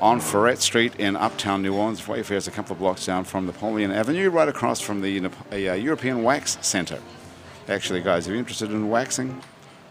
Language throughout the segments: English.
on Ferret Street in Uptown New Orleans. Wayfair is a couple of blocks down from Napoleon Avenue, right across from the Nap- uh, European Wax Center. Actually, guys, are you interested in waxing?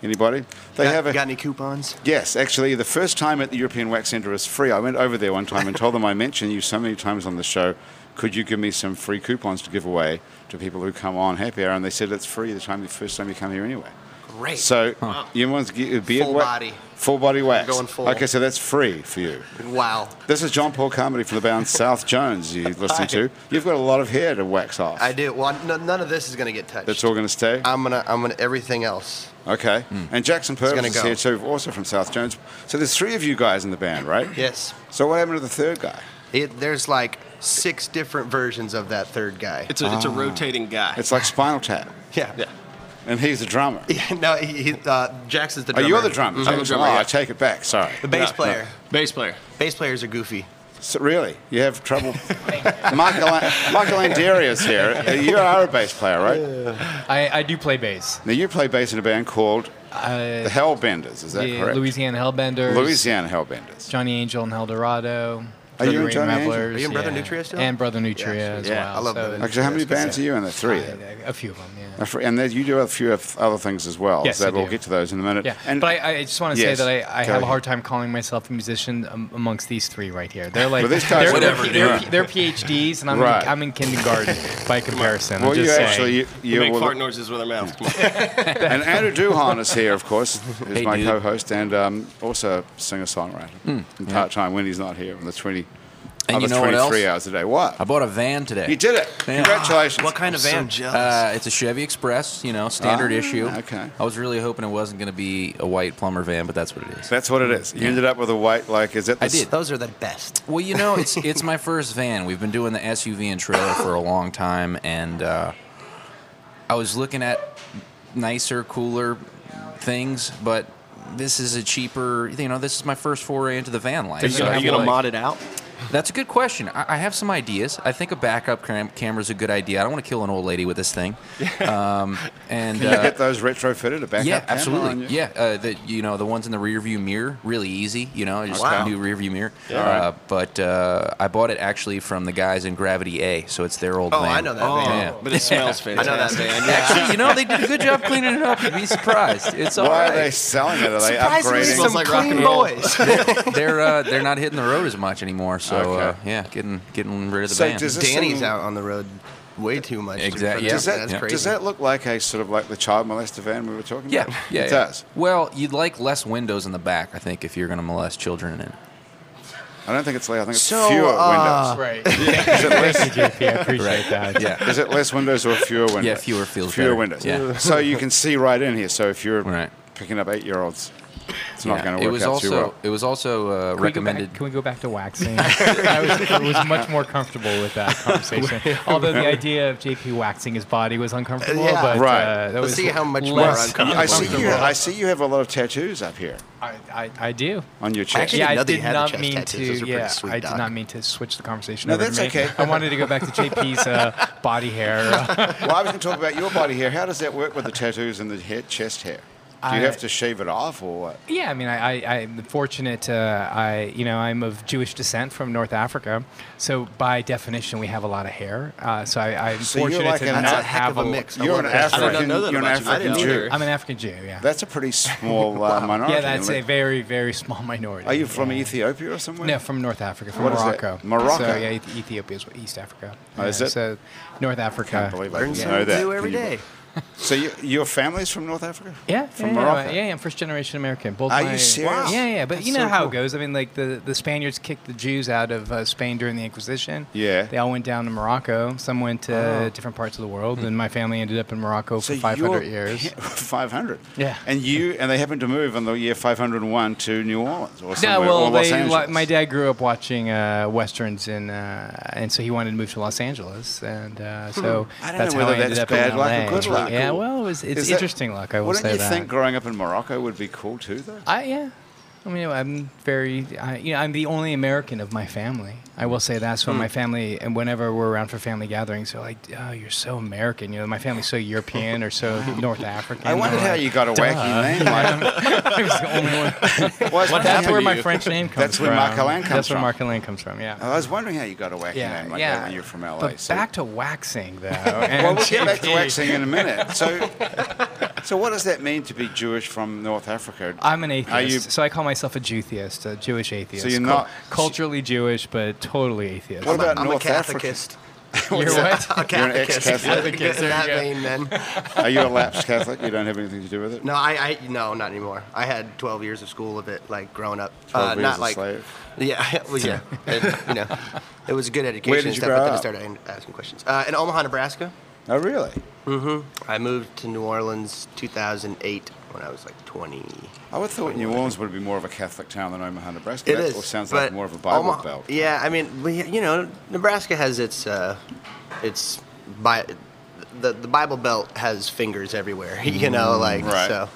Anybody? They Got, have a got any coupons? Yes, actually, the first time at the European Wax Centre is free. I went over there one time and told them I mentioned you so many times on the show. Could you give me some free coupons to give away to people who come on Happy Hour? And they said it's free the time the first time you come here anyway. Great. So you want to get a beard Full wax? body. Full body wax. going full. Okay, so that's free for you. Wow. This is John Paul Carmody from the band South Jones. You listen to. You've got a lot of hair to wax off. I do. Uh, Well, n- none of this is gonna get touched. That's all going to stay. I'm gonna. I'm gonna. Everything else. Okay. And Jackson Purvis hmm. gonna is go. here too, also from South Jones. So there's three of you guys in the band, right? Yes. So what happened to the third guy? It, there's like six different versions of that third guy. It's a, it's a rotating guy. It's like Spinal Tap, yeah. yeah. and he's the drummer. no, he, he, uh, Jackson's the Oh, drummer. you're the drummer. I'm the Jackson. drummer, Oh, I yeah. take it back. Sorry. The bass No, player. Bass player. Bass players are goofy. So really, you have trouble. Michael, Michael Anderia's here. Uh, You are a bass player, right? I, I do play bass. Now you play bass in a band called Uh, the Hellbenders. Is that the correct? Louisiana Hellbenders. Louisiana Hellbenders. Johnny Angel and Eldorado. Are you Brother in Johnny Angel? Revelers, Are you in Brother Nutria still? And Brother Nutria as Yeah, well. I love Brother Okay, so how many Yes, good bands are you in? There three. then? Yeah, A few of them, yeah. A fr- And then you do a few of other things as well. Yes, so I we'll do. get to those in a minute. Yeah, And but I, I just want to Yes, say that I, I go ahead. have a hard time calling myself a musician um, amongst these three right here. They're like Well, these guys they're, are Whatever, they're, they're, dude. they're PhDs, and I'm Right. in, I'm in kindergarten by comparison. well, I'm you just saying. actually you, You you make were- fart noises with our mouth. Come on. and Andrew Duhan is here, of course, is my dude. co-host and um, also singer-songwriter and part-time when he's not here on the 20 Hmm, And on you the know what 23 else? hours a day. What? I bought a van today. You did it. Yeah. Congratulations. What kind of van? Uh, it's a Chevy Express, you know, standard Ah, issue. okay. I was really hoping it wasn't going to be a white plumber van, but that's what it is. That's what it is. You ended up with a white, like, is it? the I s- did. Those are the best. Well, you know, it's it's my first van. We've been doing the SUV and trailer for a long time, and uh, I was looking at nicer, cooler things, but this is a cheaper. You know, this is my first foray into the van life. Are you so I gonna- are you feel gonna like- mod it out? That's a good question. I, I have some ideas. I think a backup cam- camera is a good idea. I don't want to kill an old lady with this thing. Um, and Did you uh, get those retrofitted? A backup yeah, camera on absolutely. you? Yeah, uh, the you know the ones in the rear view mirror, really easy. You know, just Wow. a new rear view mirror. Uh, but uh, I bought it actually from the guys in Gravity A, so it's their old. Oh, van. I know that Oh, van. Yeah. but it smells I fantastic. know that van. Actually, you know they did a good job cleaning it up. You'd be surprised. It's all Why are they right. selling it? Are they Surprisingly, upgrading? some Smells like rock clean and roll. boys. They're uh, they're not hitting the road as much anymore. So uh, Okay. yeah, getting getting rid of the So van. does this Danny's thing- out on the road way too much. Exact- for yeah. this. Does that, That's crazy. does that look like a sort of like the child molester van we were talking Yeah, about? yeah, It yeah. does. Well, you'd like less windows in the back, I think, if you're going to molest children in it. I don't think it's like, I think it's So, fewer uh, Right. windows. Is it less, Thank you, JP. I appreciate that. Yeah. Is it less windows or fewer windows? fewer feels fewer better. windows. Yeah. So you can see right in here. So if you're Right. picking up eight-year-olds, it's not Yeah. going it to work was out also, too well. It was also uh, Can we go back- recommended. can we go back to waxing? I was, I was much more comfortable with that conversation. Although the idea of JP waxing his body was uncomfortable, Yeah. but Right. uh, that Let's was see how much more less uncomfortable. I see, you, uncomfortable. I see you have a lot of tattoos up here I, I, I do. on your chest. Actually, yeah, didn't I know that you did had a not chest mean tattoos. to. Those are pretty Yeah, sweet, I Doc. did not mean to switch the conversation. No, over that's to me. okay. I wanted to go back to JP's uh, body hair. Well, I was going to talk about your body hair. How does that work with the tattoos and the hair, chest hair? Do you I- have to shave it off or what? Yeah, I mean, I, I, I'm fortunate. Uh, I, you know, I'm of Jewish descent from North Africa, so by definition, we have a lot an hair. Uh, so I, I'm So you're fortunate like to an- not That's a heck have of a mix. I You're love an that. I did not African. know that you're an about you. I African didn't Jew. either. I'm an African Jew. Yeah. That's a pretty small uh, minority. yeah, that's isn't a it? very, very small minority. Are you from Yeah. Ethiopia or somewhere? No, from North Africa, from What is that? Morocco. Morocco. So, yeah, Eth- Ethiopia is East Africa. Oh, is Yeah, it? So, North Africa. I can't believe I Learn didn't something know that. new every Can you- day. So you, your family's from North Africa? Yeah, From yeah, Morocco. Yeah, yeah, I'm first generation American. Both Are you my- serious? Yeah, yeah. But you That's so know how cool. it goes. I mean, like the, the Spaniards kicked the Jews out of uh, Spain during the Inquisition. Yeah. Oh. They all went down to Morocco. Some went to different parts of the world, and my family ended up in Morocco So for 500 you're- years. 500. Yeah. And you and they happened to move in the year 501 to New Orleans or Yeah, somewhere well, or Los they, Angeles. wa- my dad grew up watching uh, westerns, and uh, and so he wanted to move to Los Angeles, and uh, so Hmm. I don't that's know how whether I ended that's up bad in luck or LA. good luck. Yeah, well, it was, it's Is that- interesting luck. I will Wouldn't say you that. think growing up in Morocco would be cool too, though? I yeah. I mean, I'm very, I, you know, I'm the only American of my family. I will say that. So my Hmm. family, and whenever we're around for family gatherings, they're like, "Oh, you're so American." You know, my family's so European or so North African. I wondered I'm how like, you got a wacky name. Like, I was the only one. well, it's funny That's how where you- my French name comes That's from. where Marc Alain comes That's where from. Marc Alain comes from. Yeah. I was wondering how you got a wacky yeah. name like yeah. that when you're from LA. But so- back to waxing though. Oh, well, and we'll get back to JP. waxing in a minute. So, so what does that mean to be Jewish from North Africa? I'm an Are atheist, you- so I call myself a Jew theist, a Jewish atheist. So you're Cul- not- culturally Jewish, but totally atheist. What about I'm North a Catholicist. You're what? A You're an Catholicist. ex-Catholic? Get in that vein, then. Are you a lapsed Catholic? You don't have anything to do with it. No, I, I, no, not anymore. I had 12 years of school of it, like growing up. 12 uh, years not a like, slave. yeah, well, yeah, it, you know, it was a good education Where did and you stuff. grow But then I up? started an- asking questions uh, in Omaha, Nebraska. Oh, really? I moved to New Orleans 2008 when I was like 20. I would have thought New Orleans would be more of a Catholic town than Omaha, Nebraska. It that is. all sounds like but more of a Bible Omaha- belt. Yeah, I mean, we, you know, Nebraska has its, uh, its, bi- the the Bible Belt has fingers everywhere. You know, like Mm, right. so.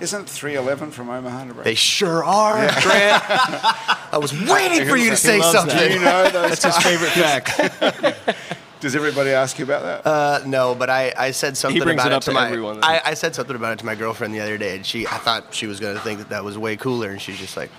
Isn't 311 from Omaha, Nebraska? They sure are, Grant. I was waiting for you to say Do you something. know those? That's his favorite fact. Does everybody ask you about that? Uh, no, but I, I said something brings about it up to to my everyone. I, I said something about it to my girlfriend the other day, and she I thought she was going to think that that was way cooler, and she's just like,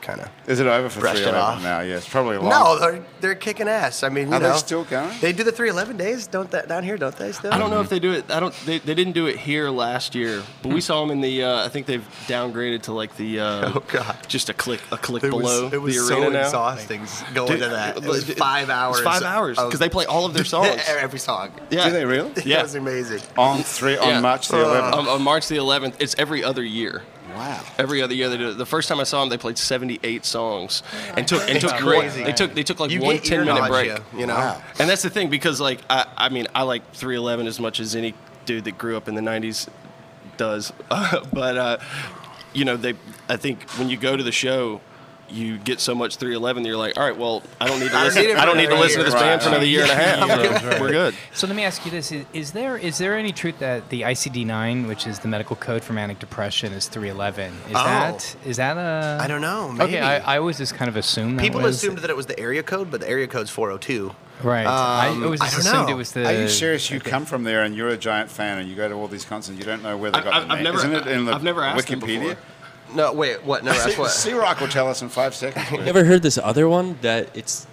kind of. Is it over for brushed it 311 off. now? Yeah, it's probably long. No, they're they're kicking ass. I mean, you Are they know, still going? They do the 311 days, don't that down here? Don't they still? I don't know if they do it. I don't. They, they didn't do it here last year, but we saw them in the. Uh, I think they've downgraded to like the. Uh, Oh, God. Just a click, a click It below was, it was the so arena now. exhausting going to that. It was Dude, five hours. It's five hours of- because they play all of their songs. every song. yeah. Do they really? Yeah. it was amazing. On three on Yeah. March the 11th. Uh, on, on March the 11th, it's every other year. wow. Every other year they do it. The first time I saw them, they played 78 songs and took and It's took crazy. One, they took they took like You one get ear 10 minute break. nausea, you know. Wow. And that's the thing because like I, I mean I like 311 as much as any dude that grew up in the 90s does, but uh, you know they I think when you go to the show. You get so much 311 that you're like, all right, well, I don't need to don't listen. need it I for don't need to another listen to this year." band for Right. another year and a half. so we're good. So let me ask you this: is, is there is there any truth that the ICD-9, which is the medical code for manic depression, is 311? Is Oh. that is that a? I don't know, maybe. Okay, I, I always just kind of assumed that People was, assumed that it was the area code, but the area code's 402. right. I Um, always I just don't assumed know. it was the. Are you serious? You come from there and you're a giant fan and you go to all these concerts and you don't know where they I- got I've- the name. I've never- Isn't it in the I've never asked them Wikipedia? before. No, wait, what? No, that's See, what. C Rock will tell us in five seconds. please. Never heard this other one that it's.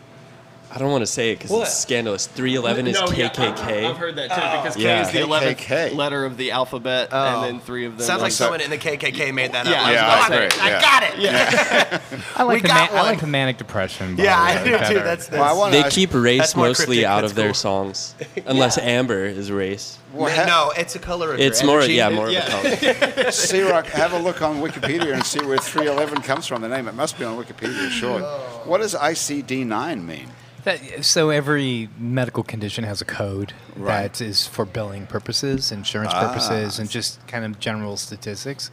I don't want to say it because What? it's scandalous. 311 is No, yeah, I- KKK. I've heard that too because K Yeah. is the KKK. eleventh letter of the alphabet, Oh. and then three of them. Sounds like so- someone in the KKK made that Yeah, up. yeah, I, was I like, agree, I yeah. got it. Yeah, I like We the got I like one. the manic depression. by the I way, do too. better. That's, that's Well, I wanna They ask- keep race That's more mostly cryptic, out that's of their cool. songs, unless Amber is race. Well, ha- no, it's a color of your It's more, energy. yeah, more Yeah. of a cult. C Rock, have a look on Wikipedia and see where 311 comes from. The name it must be on Wikipedia, sure. What does ICD9 mean? That- so every medical condition has a code Right. Ah. that is for billing purposes, insurance purposes, and just kind of general statistics.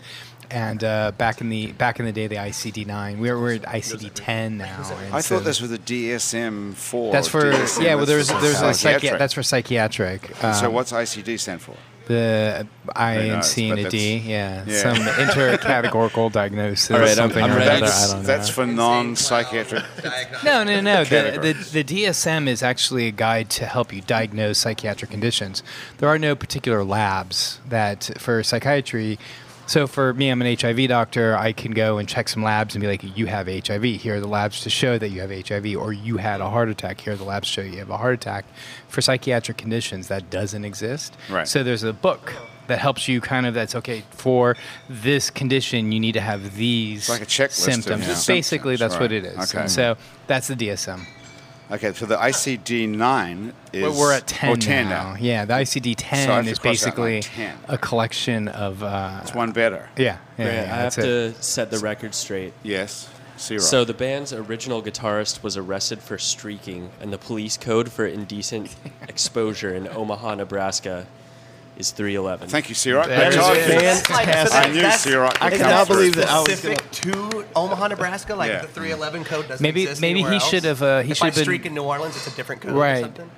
And uh, back in the back in the day, the ICD nine. We're, we're at ICD ten now. and I so- thought this was a DSM four. That's for DSM, yeah. Well, that's there's for there's a psychiatric. psychi- that's for psychiatric. Um, so what's ICD stand for? the I Who and knows, C but and a D? Yeah, yeah. some intercategorical diagnosis. All right, I'm- something I'm or ready. another. that's I don't that's know. for non-psychiatric. No, no, no. Category. The, the, the DSM is actually a guide to help you diagnose psychiatric conditions. There are no particular labs that for psychiatry. So for me, I'm an HIV doctor. I can go and check some labs and be like, "You have HIV. Here are the labs to show that you have HIV, or you had a heart attack. Here are the labs to show you have a heart attack." For psychiatric conditions, that doesn't exist. Right. So there's a book that helps you kind of. That's okay for this condition. You need to have these It's like a checklist of symptoms. the Basically, symptoms, that's right. what it is. Okay. And so that's the DSM. Okay, so the ICD nine is But we're at 10, oh, 10 now. Yeah, the ICD So I have 10 to is cross out my basically 10. a collection of. Uh, It's one better. yeah, yeah, yeah, Grant, I have that's it. to set the record straight. Yes. Zero. So the band's original guitarist was arrested for streaking, and the police code for indecent exposure in Omaha, Nebraska, is 311. Thank you, Ciro. There I it told is. you. That's like- so I that- knew that's- Ciro. I would cannot come through. believe that I was specific to Omaha, Nebraska. Like Yeah. the 311 code doesn't Maybe- exist maybe he anywhere else. should have, uh, he if should I have been- streak in New Orleans, it's a different code Right. or something.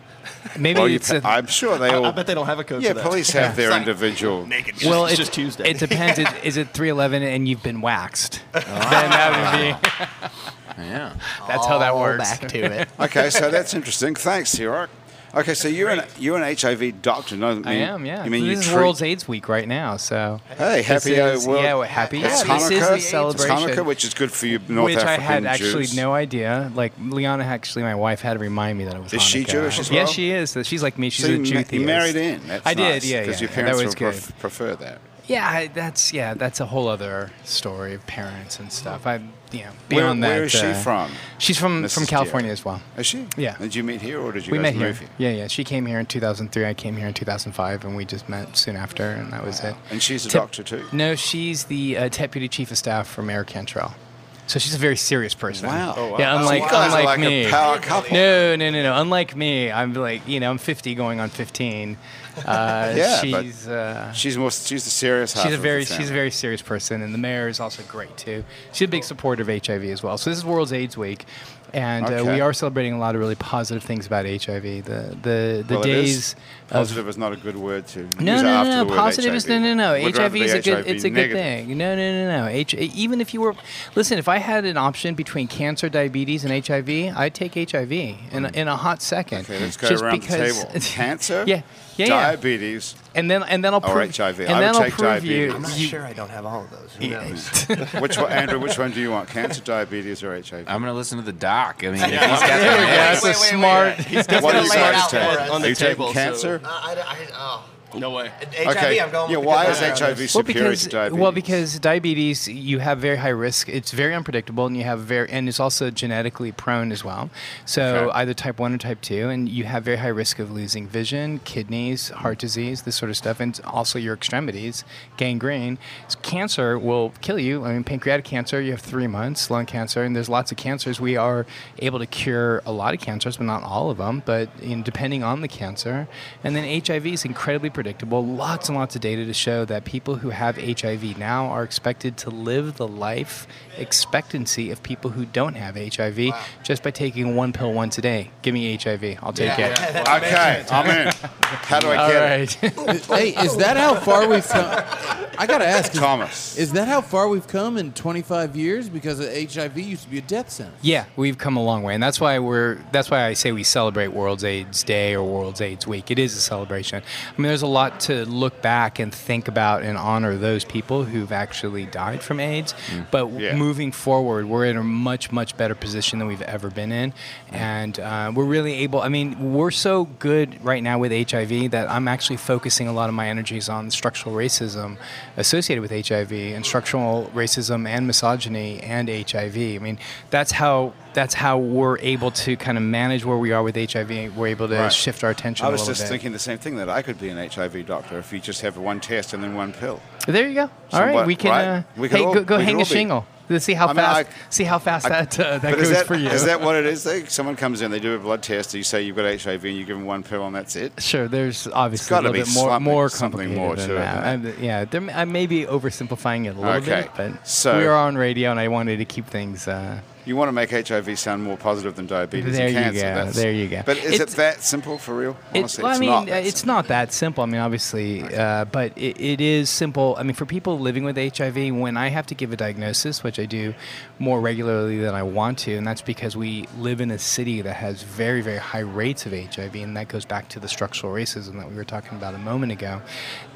Maybe Well, you it's. pa- a- I'm sure they all. I bet they don't have a code. yeah, for that. police have their individual. It's well, it, just, it's just Tuesday. It depends. Is- is it 311 and you've been waxed? Oh, Then that would be. Yeah. That's how that All works. Back to it. Okay, so that's interesting. Thanks, Ciro. Okay, so you're an you're an HIV doctor. No, I, mean, I am, yeah. You mean this you is treat- World's AIDS Week right now, so Hey, happy This uh, is- world. yeah, we're happy. It's Yeah, this is Hanukkah. the It's celebration. Hanukkah, which is good for you, North which African I had actually Jews. no idea. Like Liana, actually, my wife had to remind me that it was. Is she Hanukkah. Jewish as well? Yes, she is. She's like me. She's So you, a ma- Jew. you theist. married in. That's I did. nice, yeah, yeah. Because your yeah. parents that was would good. pref- prefer that. yeah, I- that's yeah, that's a whole other story of parents and stuff. I yeah. Where- Beyond that, where is she uh, from? She's from Mrs. from Deere? California as well. Is she? Yeah. Did you meet here, or did you We guys met here. move here? Yeah, yeah. She came here in 2003. I came here in 2005, and we just met soon after, and that was it. And she's a Tip- doctor too. No, she's the uh, deputy chief of staff for Mayor Cantrell. So she's a very serious person. Wow. Oh, wow. Yeah, So unlike, you guys are unlike like a me. power couple. No, no, no, no. Unlike me, I'm like, you know, I'm 50 going on 15. Uh, Yeah, but- she's uh, She's more. She's the serious. half she's a of very the she's a family. very serious person, and the mayor is also great too. She's a big supporter of HIV as well. So this is World's AIDS Week, and Okay. uh, we are celebrating a lot of really positive things about HIV. The the the Well, it is. days of positive is not a good word to no, use no, after no, the no. word Positive is no, HIV. no, no. We'd HIV rather be is a good, HIV it's a good negative. thing. No, no, no, no. H- even if you were, listen, if I had an option between cancer, diabetes, and HIV, I'd take HIV in a, in a hot second. Hmm. Okay, let's go Just around because, the table. Cancer. Yeah, yeah, yeah. Diabetes. And then and then I'll Or prove HIV. And I then would I'll take prove you. I'm not sure I don't have all of those. Who knows? Uh, Which one, Andrew? Which one do you want? Cancer, diabetes, or HIV? Oh, I'm going to listen to the doc. I mean, if he's got There the you go. answer- That's a smart. what are you lay it guys out taking? for us. On Are the you table, taking so- cancer? I, I, oh. no way. HIV, okay. I'm going yeah. with the Why is good one. HIV superior Well, because to diabetes? well, because diabetes you have very high risk. It's very unpredictable, and you have very and it's also genetically prone as well. So Okay. either type one or type two, and you have very high risk of losing vision, kidneys, heart disease, this sort of stuff, and also your extremities, gangrene. S- Cancer will kill you. I mean, pancreatic cancer you have three months, lung cancer, and there's lots of cancers. We are able to cure a lot of cancers, but not all of them. But in, depending on the cancer, and then HIV is incredibly predictable. Lots and lots of data to show that people who have HIV now are expected to live the life expectancy of people who don't have HIV just by taking one pill once a day. Give me HIV. I'll take it. Okay, I'm in. How do I All get it? right. hey, is that how Oh, far we've come? I gotta ask, is, Thomas. is that how far we've come in 25 years? Because HIV used to be a death sentence. Yeah, we've come a long way, and that's why we're. That's why I say we celebrate World's AIDS Day or World's AIDS Week. It is a celebration. I mean, there's a lot to look back and think about and honor those people who've actually died from AIDS. But w- Yeah. moving forward, we're in a much much better position than we've ever been in, and uh, we're really able. I mean, we're so good right now with HIV that I'm actually focusing a lot of my energies on structural racism associated with HIV and structural racism and misogyny and HIV. I mean, that's how that's how we're able to kind of manage where we are with HIV. We're able to Right. shift our attention. I a was little just bit. thinking the same thing that I could be an HIV doctor if you just have one test and then one pill. There you go. All right, So what- we can. right? Uh, We can hey, all- go, go we can hang a all be- shingle. Let's see how I mean, fast. I- see how fast I- that uh, that but goes is that, for you. Is that what it is? They, someone comes in, they do a blood test, you say you've got HIV, and you give them one pill, and that's it. Sure, there's obviously a gotta little be bit more, something- more something complicated more than to it that. than I'm, yeah, there, may- I may be oversimplifying it a little Okay, bit, but so- we are on radio, and I wanted to keep things. Uh, You want to make HIV sound more positive than diabetes There and you cancer. go, That's, there you go. But is It's- it that simple for real? it's, Honestly, well, I mean, not uh, that it's simple. not that simple. I mean, obviously, uh, but it, it is simple. I mean, for people living with HIV, when I have to give a diagnosis, which I do more regularly than I want to, and that's because we live in a city that has very, very high rates of HIV, and that goes back to the structural racism that we were talking about a moment ago.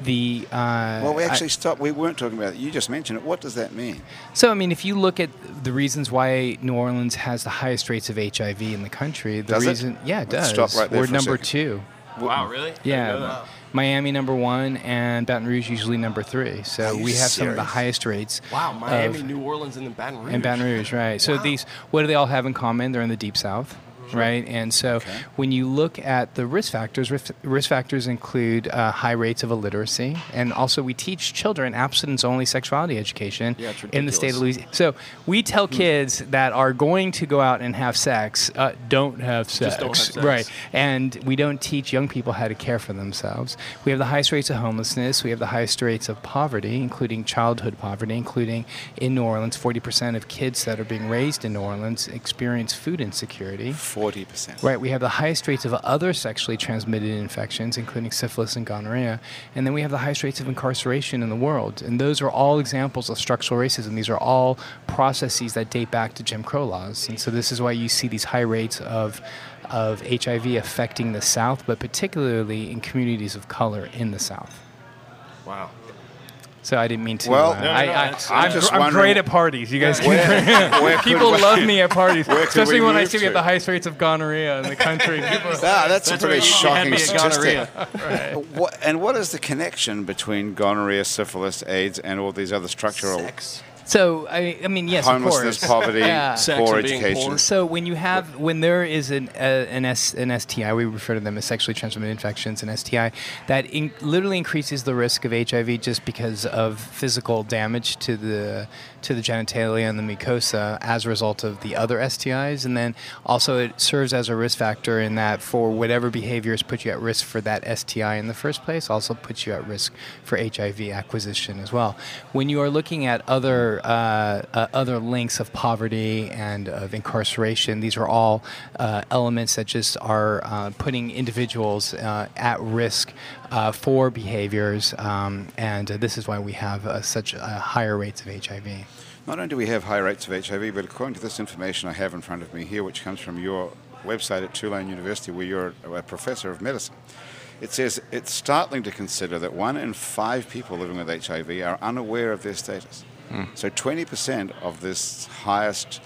The uh, Well, we I- actually stopped. We weren't talking about it. You just mentioned it. What does that mean? So, I mean, if you look at the reasons why New Orleans has the highest rates of HIV in the country, the Does it? reason, yeah, it Let's does. stop right there We're for a number second. two. Wow, really? Yeah, Miami number one, and Baton Rouge usually number three. So we have some of the serious? highest rates. Wow, of- Miami, New Orleans, and then Baton Rouge. and Baton Rouge, right? So these, what do they all have in common? They're in the Deep South. right? And so when you look at the risk factors, risk, risk factors include uh, high rates of illiteracy, and also we teach children abstinence-only sexuality education Yeah, it's in the state of ridiculous. Hmm. Louisiana. So we tell kids that are going to go out and have sex, uh, don't have sex, Just don't have sex. right? and we don't teach young people how to care for themselves. We have the highest rates of homelessness. We have the highest rates of poverty, including childhood poverty, including in New Orleans, 40% of kids that are being raised in New Orleans experience food insecurity. Forty percent. Right, we have the highest rates of other sexually transmitted infections, including syphilis and gonorrhea, and then we have the highest rates of incarceration in the world. And those are all examples of structural racism. These are all processes that date back to Jim Crow laws. And so this is why you see these high rates of of HIV affecting the South, but particularly in communities of color in the South. Wow. So I didn't mean to. Well, uh, no, no, I, I, that's- I'm, I'm just gr- I'm wondering- great at parties. You guys, can, Where, where could people we- love me at parties, Where could especially we when I move see we have to? the highest rates of gonorrhea in the country. People are- Ah, that's, a That's where pretty you had shocking me at statistic. gonorrhea. What, and what is the connection between gonorrhea, syphilis, AIDS, and all these other structural So I, I mean, yes, homelessness, of course. poverty, Yeah. Sex poor and being education? poor. So when you have when there is an uh, an, S, an STI, we refer to them as sexually transmitted infections, an STI that in, literally increases the risk of HIV just because of physical damage to the to the genitalia and the mucosa as a result of the other STIs, and then also it serves as a risk factor in that for whatever behaviors put you at risk for that STI in the first place, also puts you at risk for HIV acquisition as well. When you are looking at other uh, uh, other links of poverty and of incarceration, these are all uh, elements that just are uh, putting individuals uh, at risk uh, for behaviors, um, and uh, this is why we have uh, such uh, higher rates of HIV. Not only do we have high rates of HIV, but according to this information I have in front of me here, which comes from your website at Tulane University, where you're a professor of medicine, it says it's startling to consider that one in five people living with HIV are unaware of their status. So 20% of this highest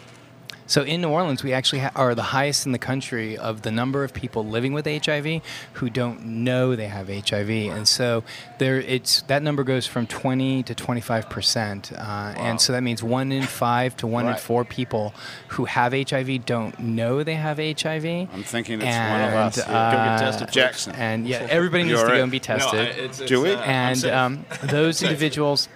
So in New Orleans, we actually ha- are the highest in the country of the number of people living with HIV who don't know they have HIV, and so there it's that number goes from 20 to 25 percent, uh, and so that means one in five to one Right. in four people who have HIV don't know they have HIV. I'm thinking it's one of us. And, Yeah, Go get uh, tested. first. Jackson. And yeah, everybody needs You're to right. go and be tested No, I- it's, it's, Do we? uh, I'm and safe. um, those individuals.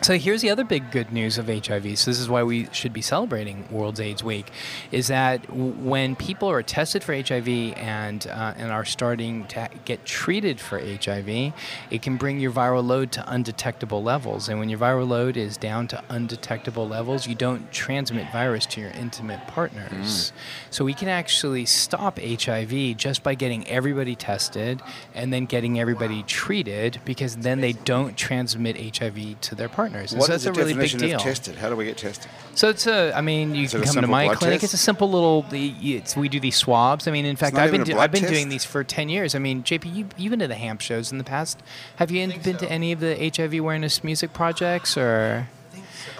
So here's the other big good news of HIV. So this is why we should be celebrating World AIDS Week, is that w- when people are tested for HIV and uh, and are starting to ha- get treated for HIV, it can bring your viral load to undetectable levels. And when your viral load is down to undetectable levels, you don't transmit virus to your intimate Mm. partners. So we can actually stop HIV just by getting everybody tested and then getting everybody treated because then they don't transmit HIV to their partners. And What so is that's the a really big definition deal. of tested? How do we get tested? So it's a, I mean, you Is it can a come to simple my blood clinic. test? It's a simple little, it's, we do these swabs. I mean, in fact, not I've been, even a do, blood I've been test? doing these for 10 years. I mean, JP, you, you've been to the ham shows in the past. Have you been to any of the HIV awareness music projects or?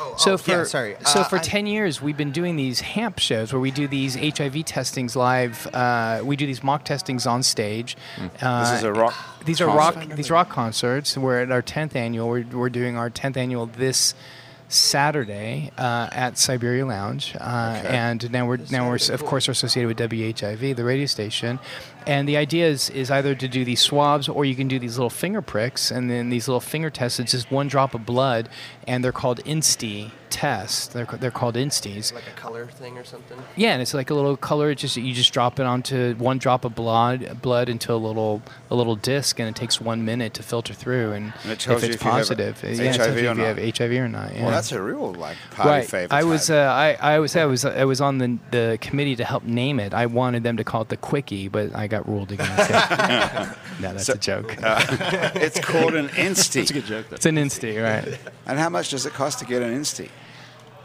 Oh, So oh, for yeah, sorry. so Uh, for I- ten years, we've been doing these HAMP shows where we do these HIV testings live. Uh, we do these mock testings on stage. Uh, Hmm. This is a rock These are concert. rock. These rock concerts. We're at our tenth annual. We're, we're doing our tenth annual this Saturday uh, at Siberia Lounge, uh, and now we're now we're of course are associated with WHIV, the radio station. And the idea is, is either to do these swabs or you can do these little finger pricks, and then these little finger tests. It's just one drop of blood, and they're called insti tests. They're they're called instis. like a color thing or something. Yeah, and it's like a little color. It's just you just drop it onto one drop of blood, blood into a little a little disc, and it takes one minute to filter through. And, And it tells if you it's if you have positive, yeah, it tells HIV you or if you not. have HIV or not. Yeah. Well, that's a real like party right. favorite. I was uh, type. I I was I was I was on the the committee to help name it. I wanted them to call it the quickie, but I got ruled against. it. no, that's So- uh, a joke. uh, it's called an insti. That's a good joke. Though. it's an insty, right? And how much does it cost to get an insti?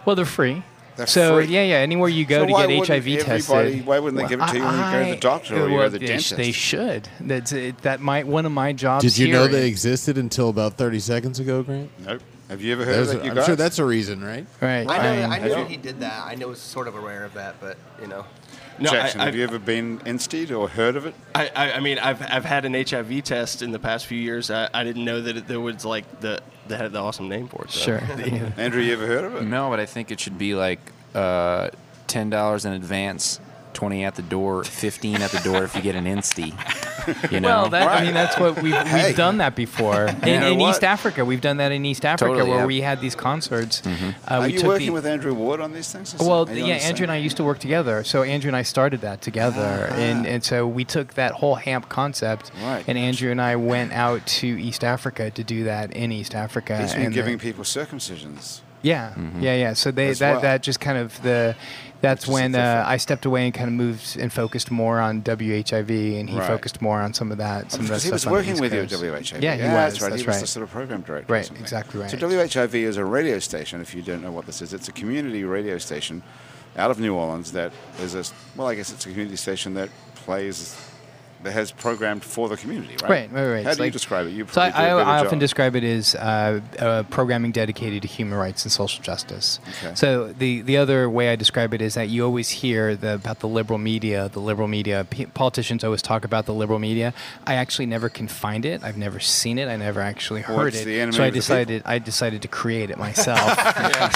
Well, they're free. They're so free. yeah, yeah. Anywhere you go So to why get wouldn't HIV everybody- tested, Why wouldn't they give it to you when you go to the doctor or well, you go to the they, dentist? They should. That's it, that might one of my jobs. Did you here know they is- existed until about 30 seconds ago, Grant? nope. Have you ever heard There's of that? a, You I'm guys? sure that's a reason, right? Right. I know, I mean, knew he did that. I know was sort of aware of that, but you know, No, I- Jackson, I- have you ever been instied or heard of it? I, I, I mean, I've, I've had an HIV test in the past few years. I, I didn't know that it, there was like the that had the awesome name for it. though. sure. Yeah. Andrew, you ever heard of it? No, but I think it should be like uh, ten dollars in advance 20 at the door, 15 at the door if you get an insty. You know? Well, that, Right. I mean, that's what we've, we've Hey. done that before. In, know in what? East Africa, we've done that in East Africa Totally, where yeah. we had these concerts. Uh, Mm-hmm. Are we you took working the- with Andrew Ward on these things? Well, yeah, Andrew and I used to work together. So Andrew and I started that together, and and so we took that whole hamp concept, Ah. Right. and Andrew and I went out to East Africa to do that in East Africa. He's and been the- giving people circumcisions. yeah, yeah, yeah. So they As that well. that just kind of the that's Which is when uh, interesting. I stepped away and kind of moved and focused more on WHIV, and he Right. Oh, focused more on some of that. Some of that Because he stuff was on the working East with you at Coast. WHIV. Yeah, he that's was, right. he that's was the right. sort of program director. or Right, something. exactly right. So WHIV is a radio station. If you don't know what this is, it's a community radio station out of New Orleans that is a s- well, I guess it's a community station that plays that has programmed for the community, right? Right, right, right. How It's do you like- describe it? You So probably I, I, do a better I job. often describe it as uh, uh, programming dedicated to human rights and social justice. Okay. So the, the other way I describe it is that you always hear the, about the liberal media. The liberal media p- politicians always talk about the liberal media. I actually never can find it. I've never seen it. I never actually heard Well, it's it. the enemy so I of the decided I decided to create it myself.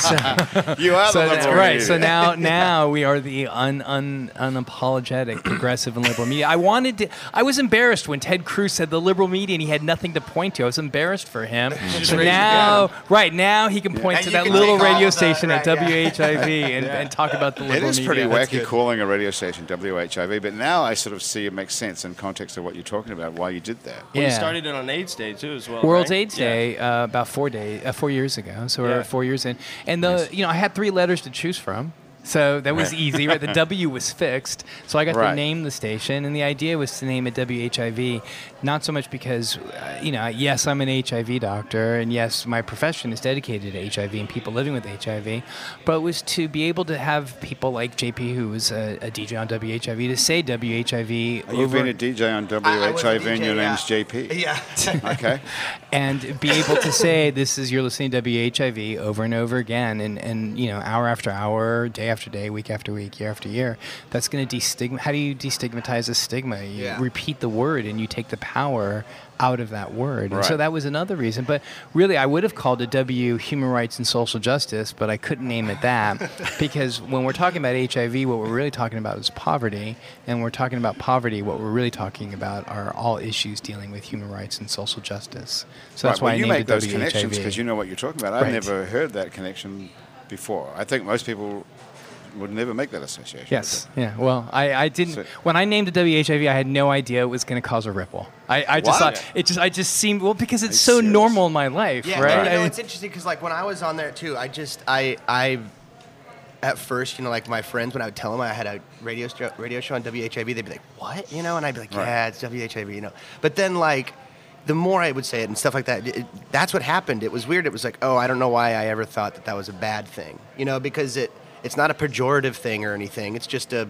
so, You are so the that- liberal right. So media. now, now we are the un, un, unapologetic progressive and liberal media. I wanted to. I was embarrassed when Ted Cruz said the liberal media, and he had nothing to point to. I was embarrassed for him. so raise your now, right now, he can point And to you that can little take all radio of that, station right, at yeah. WHIV and, and talk about the It liberal is media. pretty That's wacky good. calling a radio station WHIV, but now I sort of see it makes sense in context of what you're talking about, why you did that. We Yeah. started it on AIDS Day too, as well. World right? AIDS Yeah. Day uh, about four day, uh, four years ago. So we're Yeah. four years in, and the you know I had three letters to choose from, so that was easy. Right, the W was fixed, so I got Right. to name the station, and the idea was to name it WHIV, not so much because uh, you know yes I'm an HIV doctor, and yes my profession is dedicated to HIV and people living with HIV, but it was to be able to have people like JP, who was a, a DJ on WHIV, to say WHIV. You've over- been a DJ on I- I was a WHIV and DJ, your yeah. name's JP. Yeah. Okay. and be able to say this is you're listening to WHIV over and over again and, and you know hour after hour day after day week after week year after year that's going to destigma how do you destigmatize a stigma you Yeah. repeat the word and you take the power out of that word and so Right. that was another reason but really I would have called it W human rights and social justice but I couldn't name it that because when we're talking about HIV what we're really talking about is poverty and when we're talking about poverty what we're really talking about are all issues dealing with human rights and social justice so that's right, well, why I you named make it those connections WHIV. because you know what you're talking about. I've Right. never heard that connection before. I think most people would never make that association. Yes. Yeah. Well, I, I didn't. So- when I named it WHIV, I had no idea it was going to cause a ripple. I, I just What? thought it just I just seemed well because it's you so serious? normal in my life, Yeah, right? and, you know, I- it's interesting because like when I was on there too, I just I I at first you know like my friends when I would tell them I had a radio show, radio show on WHIV, they'd be like, "What?" You know, and I'd be like, Right. "Yeah, it's WHIV," you know. But then like. The more I would say it and stuff like that, it, that's what happened. It was weird. It was like, oh, I don't know why I ever thought that that was a bad thing, you know, because it it's not a pejorative thing or anything. It's just a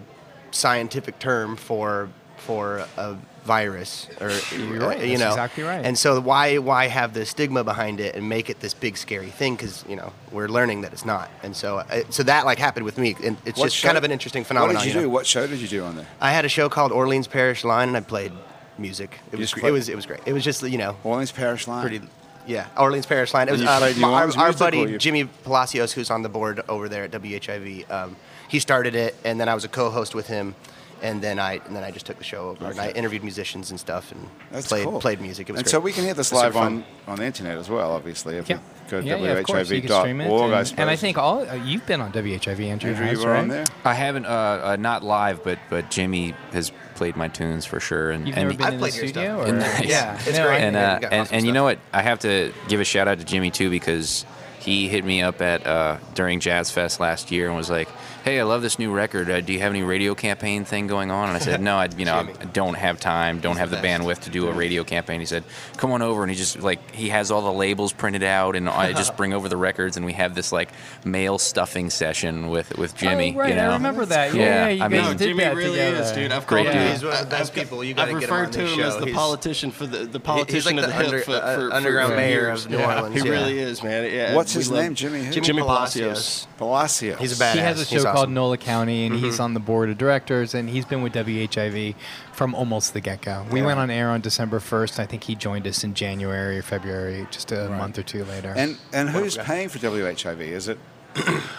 scientific term for for a virus or You're right. you That's know exactly right. And so why why have the stigma behind it and make it this big scary thing? Because you know we're learning that it's not. And so uh, so that like happened with me, and it's What just show- kind of an interesting phenomenon. What did you, do? know? What show did you do on there? I had a show called Orleans Parish Line, and I played music. It was just gr- played- it was it was great. It was just you know Orleans Parish Line. pretty. Yeah, Orleans Parish Line. It was you um, played New my- our, Orleans our music, buddy or you- Jimmy Palacios, who's on the board over there at WHIV. Um, he started it, and then I was a co-host with him, and then I and then I just took the show over, and I Okay. interviewed musicians and stuff, and That's played cool. played music. It was and great. so we can hear this It was live super fun. on, on the internet as well, obviously. If yeah. we go to yeah, yeah, of course. You can stream it. WHIV.org, I and, and I suppose. think all uh, you've been on WHIV, Andrew. Andrew, you has, were right? on there? I haven't, uh, uh, not live, but but Jimmy has played my tunes for sure. And, You've and never been I've in the played your studio, stuff. or Nice. Yeah, it's No, great. I- and Yeah, uh, you got and, awesome and you stuff. know what? I have to give a shout out to Jimmy too because he hit me up at uh, during Jazz Fest last year and was like, "Hey, I love this new record. Uh, do you have any radio campaign thing going on?" And I said, "No, I you know I don't have time. Don't have the the best. bandwidth to do a radio campaign." He said, "Come on over," and he just like he has all the labels printed out, and I just bring over the records, and we have this like mail stuffing session with with Jimmy. Oh, right. you know? I remember that. Yeah, Yeah, yeah, you I guys mean- did Jimmy that really together. is, dude. I've Great called dude. him. He's one of the best people. You I've gotta get him referred on to this him show. as the He's- politician for the the He- he's politician like of the the under- hip for, uh, for, underground for mayor years. of New Yeah. Orleans, He yeah. really is, man. Yeah, What's we his love- name? Jimmy who? Jimmy Palacios. Palacios. He's a badass. He has a show He's called awesome. Mm-hmm. NOLA County, and he's on the board of directors, and he's been with WHIV from almost the get-go. We went on air on December 1st. I think he joined us in January or February, just a month or two later. And, and who's paying for WHIV? Is it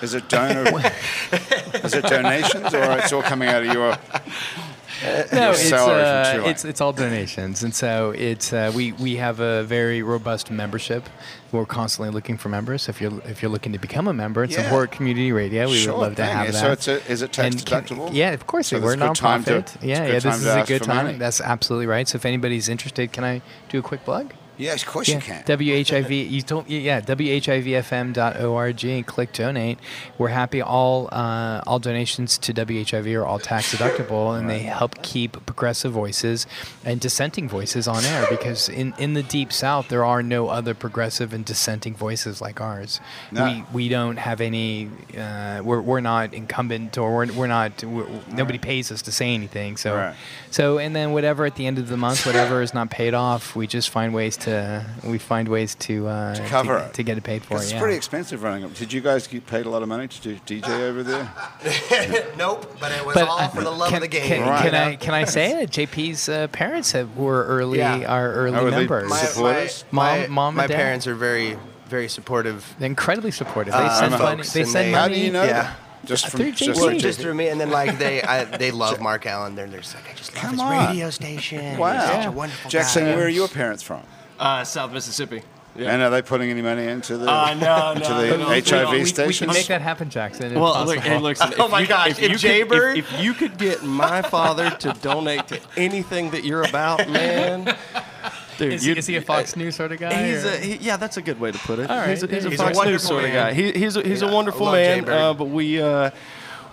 Is it donor? is it donations or it's all coming out of your? no, your it's, salary from uh, Chile. it's it's all donations, and so it's uh, we we have a very robust membership. We're constantly looking for members. If you're if you're looking to become a member and Yeah. support community radio, we Sure would love to thing. have Yeah, that. so it's a- is it tax And can- deductible? yeah, of course. So we're a that's a good time to- nonprofit. it's yeah, a yeah. good This time is to a ask good for time. money. That's absolutely right. So if anybody's interested, can I do a quick plug? Yes, of course yeah. you can. WHIV, you don't, yeah, WHIVFM.org and click donate. We're happy all uh, all donations to WHIV are all tax deductible, and they help keep progressive voices and dissenting voices on air because in, in the deep south there are no other progressive and dissenting voices like ours. No. We we don't have any. Uh, we're we're not incumbent or we're, we're not. We're, nobody pays us to say anything. So Right. so and then whatever at the end of the month, whatever is not paid off, we just find ways to we find ways to uh, to cover to, it. get it paid for. 'Cause it's yeah. pretty expensive running up. Did you guys get paid a lot of money to do DJ over there? nope, but it was But all uh, for the love can, of the game. Can, Right. can I can I say it? JP's uh, parents have, were early Yeah. our early Are they members. My- support- supporters? My, Mom- mom and my dad. parents are very, very supportive. They're incredibly supportive. They Uh, send folks, money. They and send they- How money. do you know? Yeah. That? Just from Through just JP. Well, from Right. just through me, and then like they, I, they love Mark Allen. They're, they're just like, I just love Come his on. radio station. Wow, He's such a wonderful Jackson, guy. where are your parents from? Uh, South Mississippi. Yeah. And are they putting any money into the Uh, no, into no, the no, we HIV don't. We- we we, we stations? can make that happen, Jackson. if Well, possible. look, hey, look, if Oh my you- gosh, if if you could- Jaybird- if, if you could get my father to donate to anything that you're about, man, dude, is, you- is he a Fox News sort of guy? He's or- a, he, yeah, that's a good way to put it. All he's a, right. he's a He's a Fox News wonderful sort of man. guy. He, he's a, he's Yeah, a wonderful love man, Jaybird. uh, but we uh,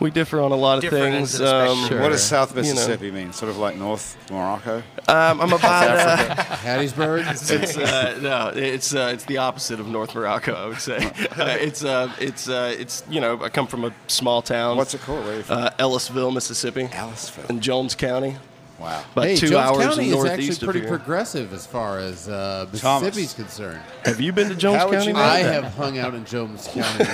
we differ on a lot of Different ends things. of the spectrum. Um, Sure. What does South know. Mississippi mean? Sort of like North Morocco, um, I'm about uh, Hattiesburg. it's uh, no, it's uh, it's the opposite of North Morocco, I would say. Uh, it's uh, it's uh, it's you know, I come from a small town. What's it called? Where are you from? Uh, Ellisville, Mississippi. Ellisville. in Jones County, Wow. about hey, two Jones hours County is northeast actually of pretty here. progressive as far as uh, Thomas. Mississippi's concerned. Have you been to Jones How would County? you know man? I have hung out in Jones County.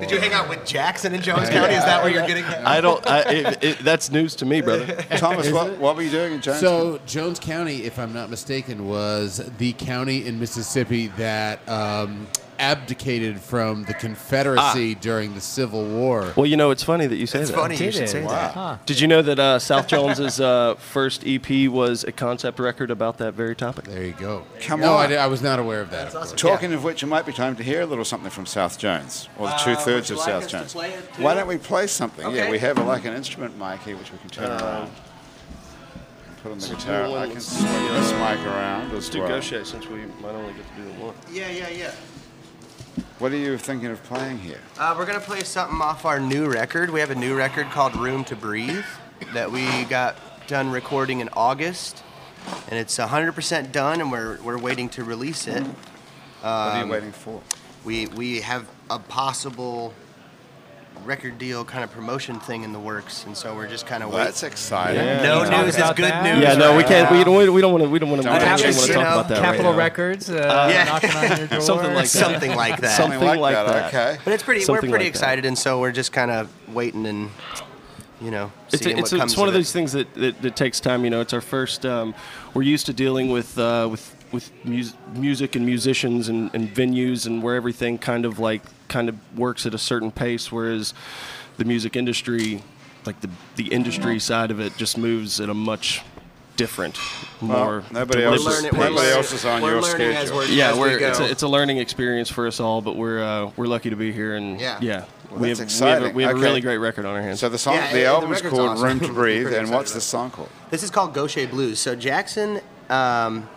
Did you hang out with Jackson in Jones County? Is that where you're getting that? I don't. I, it, it, that's news to me, brother. Thomas, Is what, it? what were you doing in Jones? So Jones County, if I'm not mistaken, was the county in Mississippi that um, abdicated from the Confederacy Ah. during the Civil War. Well, you know, it's funny that you say It's that. funny you Did should it? say Wow. that. Huh. Did you know that uh, South Jones's uh, first EP was a concept record about that very topic? There you go. Come no, I, on. di- I was not aware of that. of course. Talking of which, it might be time to hear a little something from South Jones, or the two thirds Uh, would of you like South us to Jones. play it too? Why don't we play something? Yeah, Okay. we have a, like an instrument mic here which we can turn around. And put on the guitar. one I can that's- swing this mic around as Do well. Gaucher, since we might only get to do the one. Yeah, yeah, yeah. What are you thinking of playing here? Uh, we're gonna play something off our new record. We have a new record called "Room to Breathe" that we got done recording in August, and it's 100% done, and we're we're waiting to release it. what are you waiting for? We we have a possible record deal kind of promotion thing in the works, and so we're just kind of Well, that's waiting. exciting. No Talk news is about good that. news. Yeah, no, we right can't. We now. don't. We don't want to. We don't want to. Don't want to mention talk it. about that. Capital right now. Records uh, Yeah. knocking on your door. Something like that. something like that. Something like that. Okay. But it's pretty. Something we're pretty like that. excited, and so we're just kind of waiting and you know It's, seeing it's, what comes. it's one of it. those things that, that, that takes time. You know, it's our first. Um, we're used to dealing with uh, with with mus- music and musicians and, and venues and where everything kind of like kind of works at a certain pace, whereas the music industry, like the the Mm-hmm. industry side of it, just moves at a much different, more Well, nobody else, We're is, learning- we're nobody learning- else is on we're your learning as schedule. we're- yeah, as we're, we go. it's, a, it's a learning experience for us all, but we're uh, we're lucky to be here and Yeah. Well, that's we, have, we have, a, exciting. we have Okay. a really great record on our hands. So the song, Yeah, the yeah, the album's record's called awesome. "Room to I'm Breathe," pretty and excited what's about the it. song called? This is called Gaucher Blues. So Jackson, um,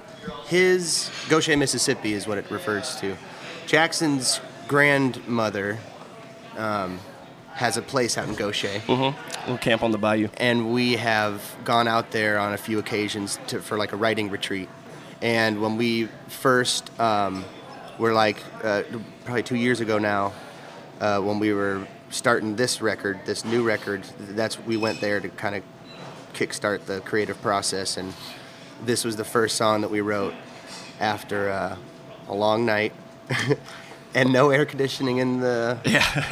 his Gaucher, Mississippi is what it refers to. Jackson's grandmother um, has a place out in Gaucher, Mm-hmm. we'll camp on the bayou. and we have gone out there on a few occasions to, for like a writing retreat. And when we first um, were like uh, probably two years ago now, uh, when we were starting this record, this new record, that's we went there to kind of kickstart the creative process, and this was the first song that we wrote after uh, a long night and no air conditioning in the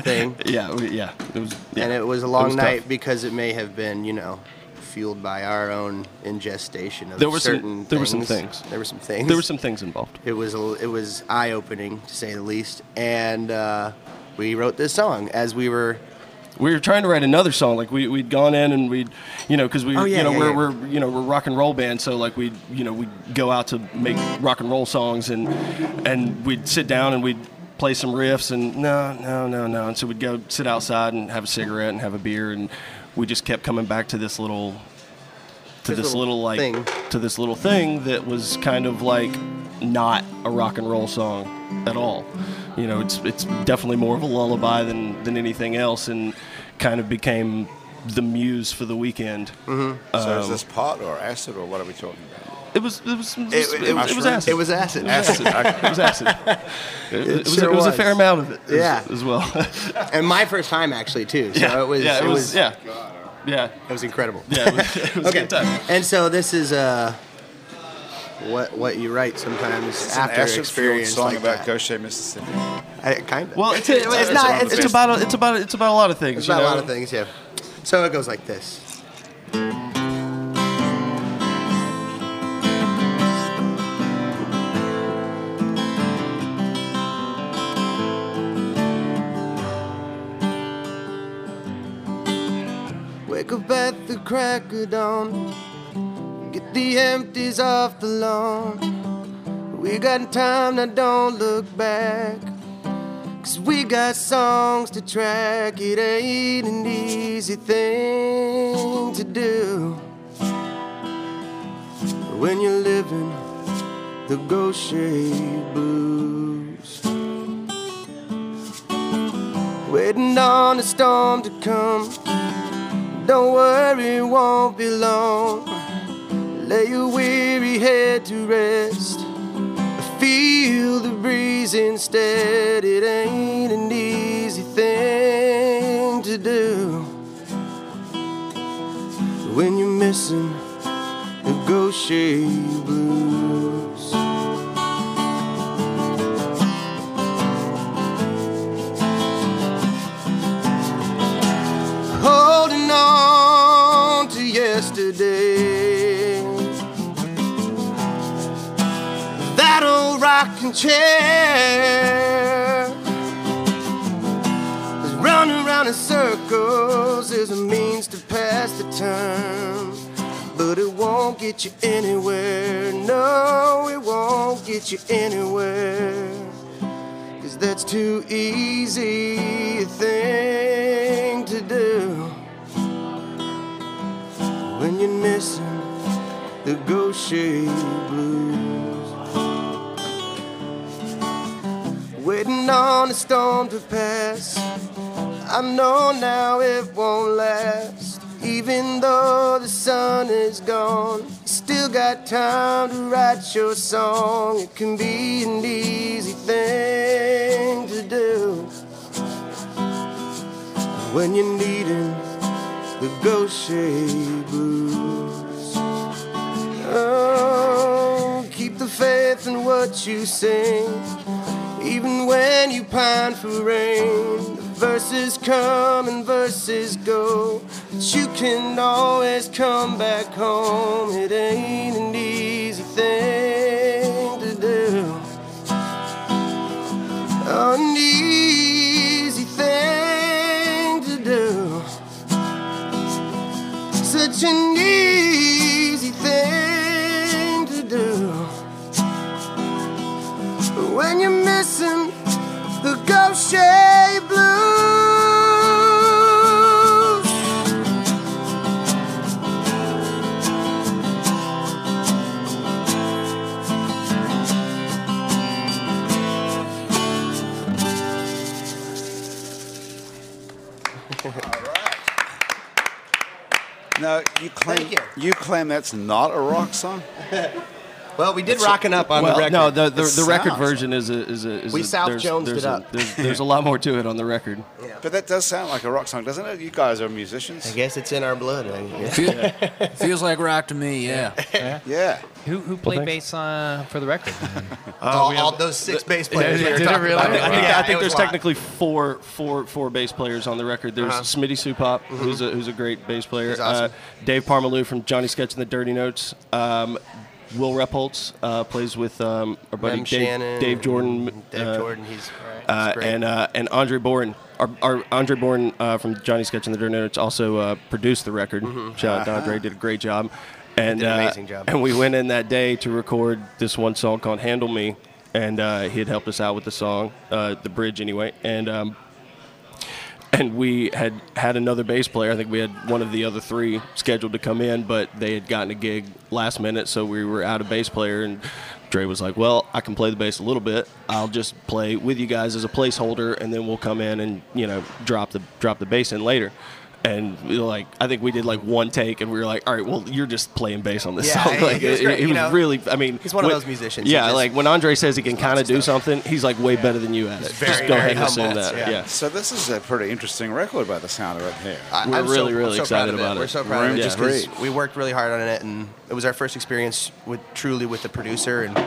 thing. Yeah, we- yeah. It was, yeah. And it was a long tough. night because it may have been, you know, fueled by our own ingestation of There were some- certain there were things. some things. There were some things. There were some things involved. It was a, it was eye opening to say the least, and uh, we wrote this song as we were we were trying to write another song. Like we we'd gone in and we'd you know because we Oh, yeah, you know yeah, we're, yeah. we're you know we're rock and roll band, so like we you know we would go out to make rock and roll songs and and we'd sit down and we'd play some riffs and no no no no and so we'd go sit outside and have a cigarette and have a beer and we just kept coming back to this little to This this little little, like thing. to this little thing that was kind of like not a rock and roll song at all. You know, it's it's definitely more of a lullaby than than anything else, and kind of became the muse for the weekend. Mm-hmm. So is this pot or acid or what are we talking about? It was it was it, it- was- it was- it was mushroom? acid. it was acid Acid. it was acid. It, it was, sure it was a was. fair amount of it. as- Yeah. as, well. and my first time actually too so it was yeah, it, was, yeah, yeah, it was incredible yeah. It was, it was a okay good time. and so this is uh what what you write sometimes after acid-fueled experience song like about that. Goshen, Mississippi. I, kind of Well, it's, it's, It's it's, not- about- it's it's just- about a, it's about a, it's about a lot of things. It's you about a know? lot of things, yeah. So it goes like this. Wake up at the crack of dawn. Get the empties off the lawn. We got time now, don't look back. Cause we got songs to track, it ain't an easy thing to do. When you're living the Gaucher blues, waiting on the storm to come. Don't worry, it won't be long. Lay your weary head to rest. Feel the breeze instead. It ain't an easy thing to do when you're missing the Gaucher blues. Holding on to yesterday that old rocking chair. Is round round in circles is a means to pass the time, but it won't get you anywhere. No, it won't get you anywhere. Cause that's too easy a thing to do when you're missing the Gaucher blues. Waiting on the storm to pass. I know now it won't last. Even though the sun is gone, you still got time to write your song. It can be an easy thing to do when you're needing the Gaucher blues. Oh, keep the faith in what you sing. Even when you pine for rain, the verses come and verses go. But you can always come back home. It ain't an easy thing to do. An easy thing to do such an easy thing to do when you're missing the Gaucher blues. No, you claim Thank you. claim that's not a rock song. Well, we did rocking up on well, the record. No, the, the, It the record sounds- version is a is a is We a, South there's, Jonesed there's it a, up. There's, there's a lot more to it on the record. But that does sound like a rock song, doesn't it? You guys are musicians. I guess it's in our blood. I guess. Feels like rock to me, yeah. Yeah. Who, who played bass uh, for the record? Uh, all, all those six bass players. we were did it talking about. really? I think, Yeah, I it think was there's a lot. technically four four four bass players on the record. There's Uh-huh. Smitty Supop, who's a who's a great bass player. He's awesome. Uh, Dave Parmalou from Johnny Sketch and the Dirty Notes. Um, Will Repholz uh, plays with um, our buddy Rem Dave, Shannon, Dave Jordan. Dave uh, Jordan, he's, he's uh, great. and uh, and Andre Bourne. Our, our Andre Bourne uh, from Johnny Sketch and the Dirt Notes also uh, produced the record. Shout out to Andre, did a great job. And Mm-hmm. Uh-huh. Did an uh, amazing job. And we went in that day to record this one song called "Handle Me," and uh, he had helped us out with the song, uh, the bridge anyway. And um, and we had had another bass player. I think we had one of the other three scheduled to come in, but they had gotten a gig last minute, so we were out of bass player. And Dre was like, "Well, I can play the bass a little bit. I'll just play with you guys as a placeholder, and then we'll come in and you know drop the drop the bass in later." And we were like, I think we did like one take, and we were like, "All right, well, you're just playing bass on this Yeah, song." it- Like, it was great, it you was know? really, I mean, He's one of those musicians who Yeah, just- like when Andre says he can kind of do something, he's like way better than you at it. very, just go very ahead and assume humble, that. yeah. yeah. So this is a pretty interesting record by the sound of it here. I- We're I'm so- really, I'm really so proud excited of about it. We're so proud of Room it to just 'cause breathe. we worked really hard on it, and it was our first experience with truly with the producer and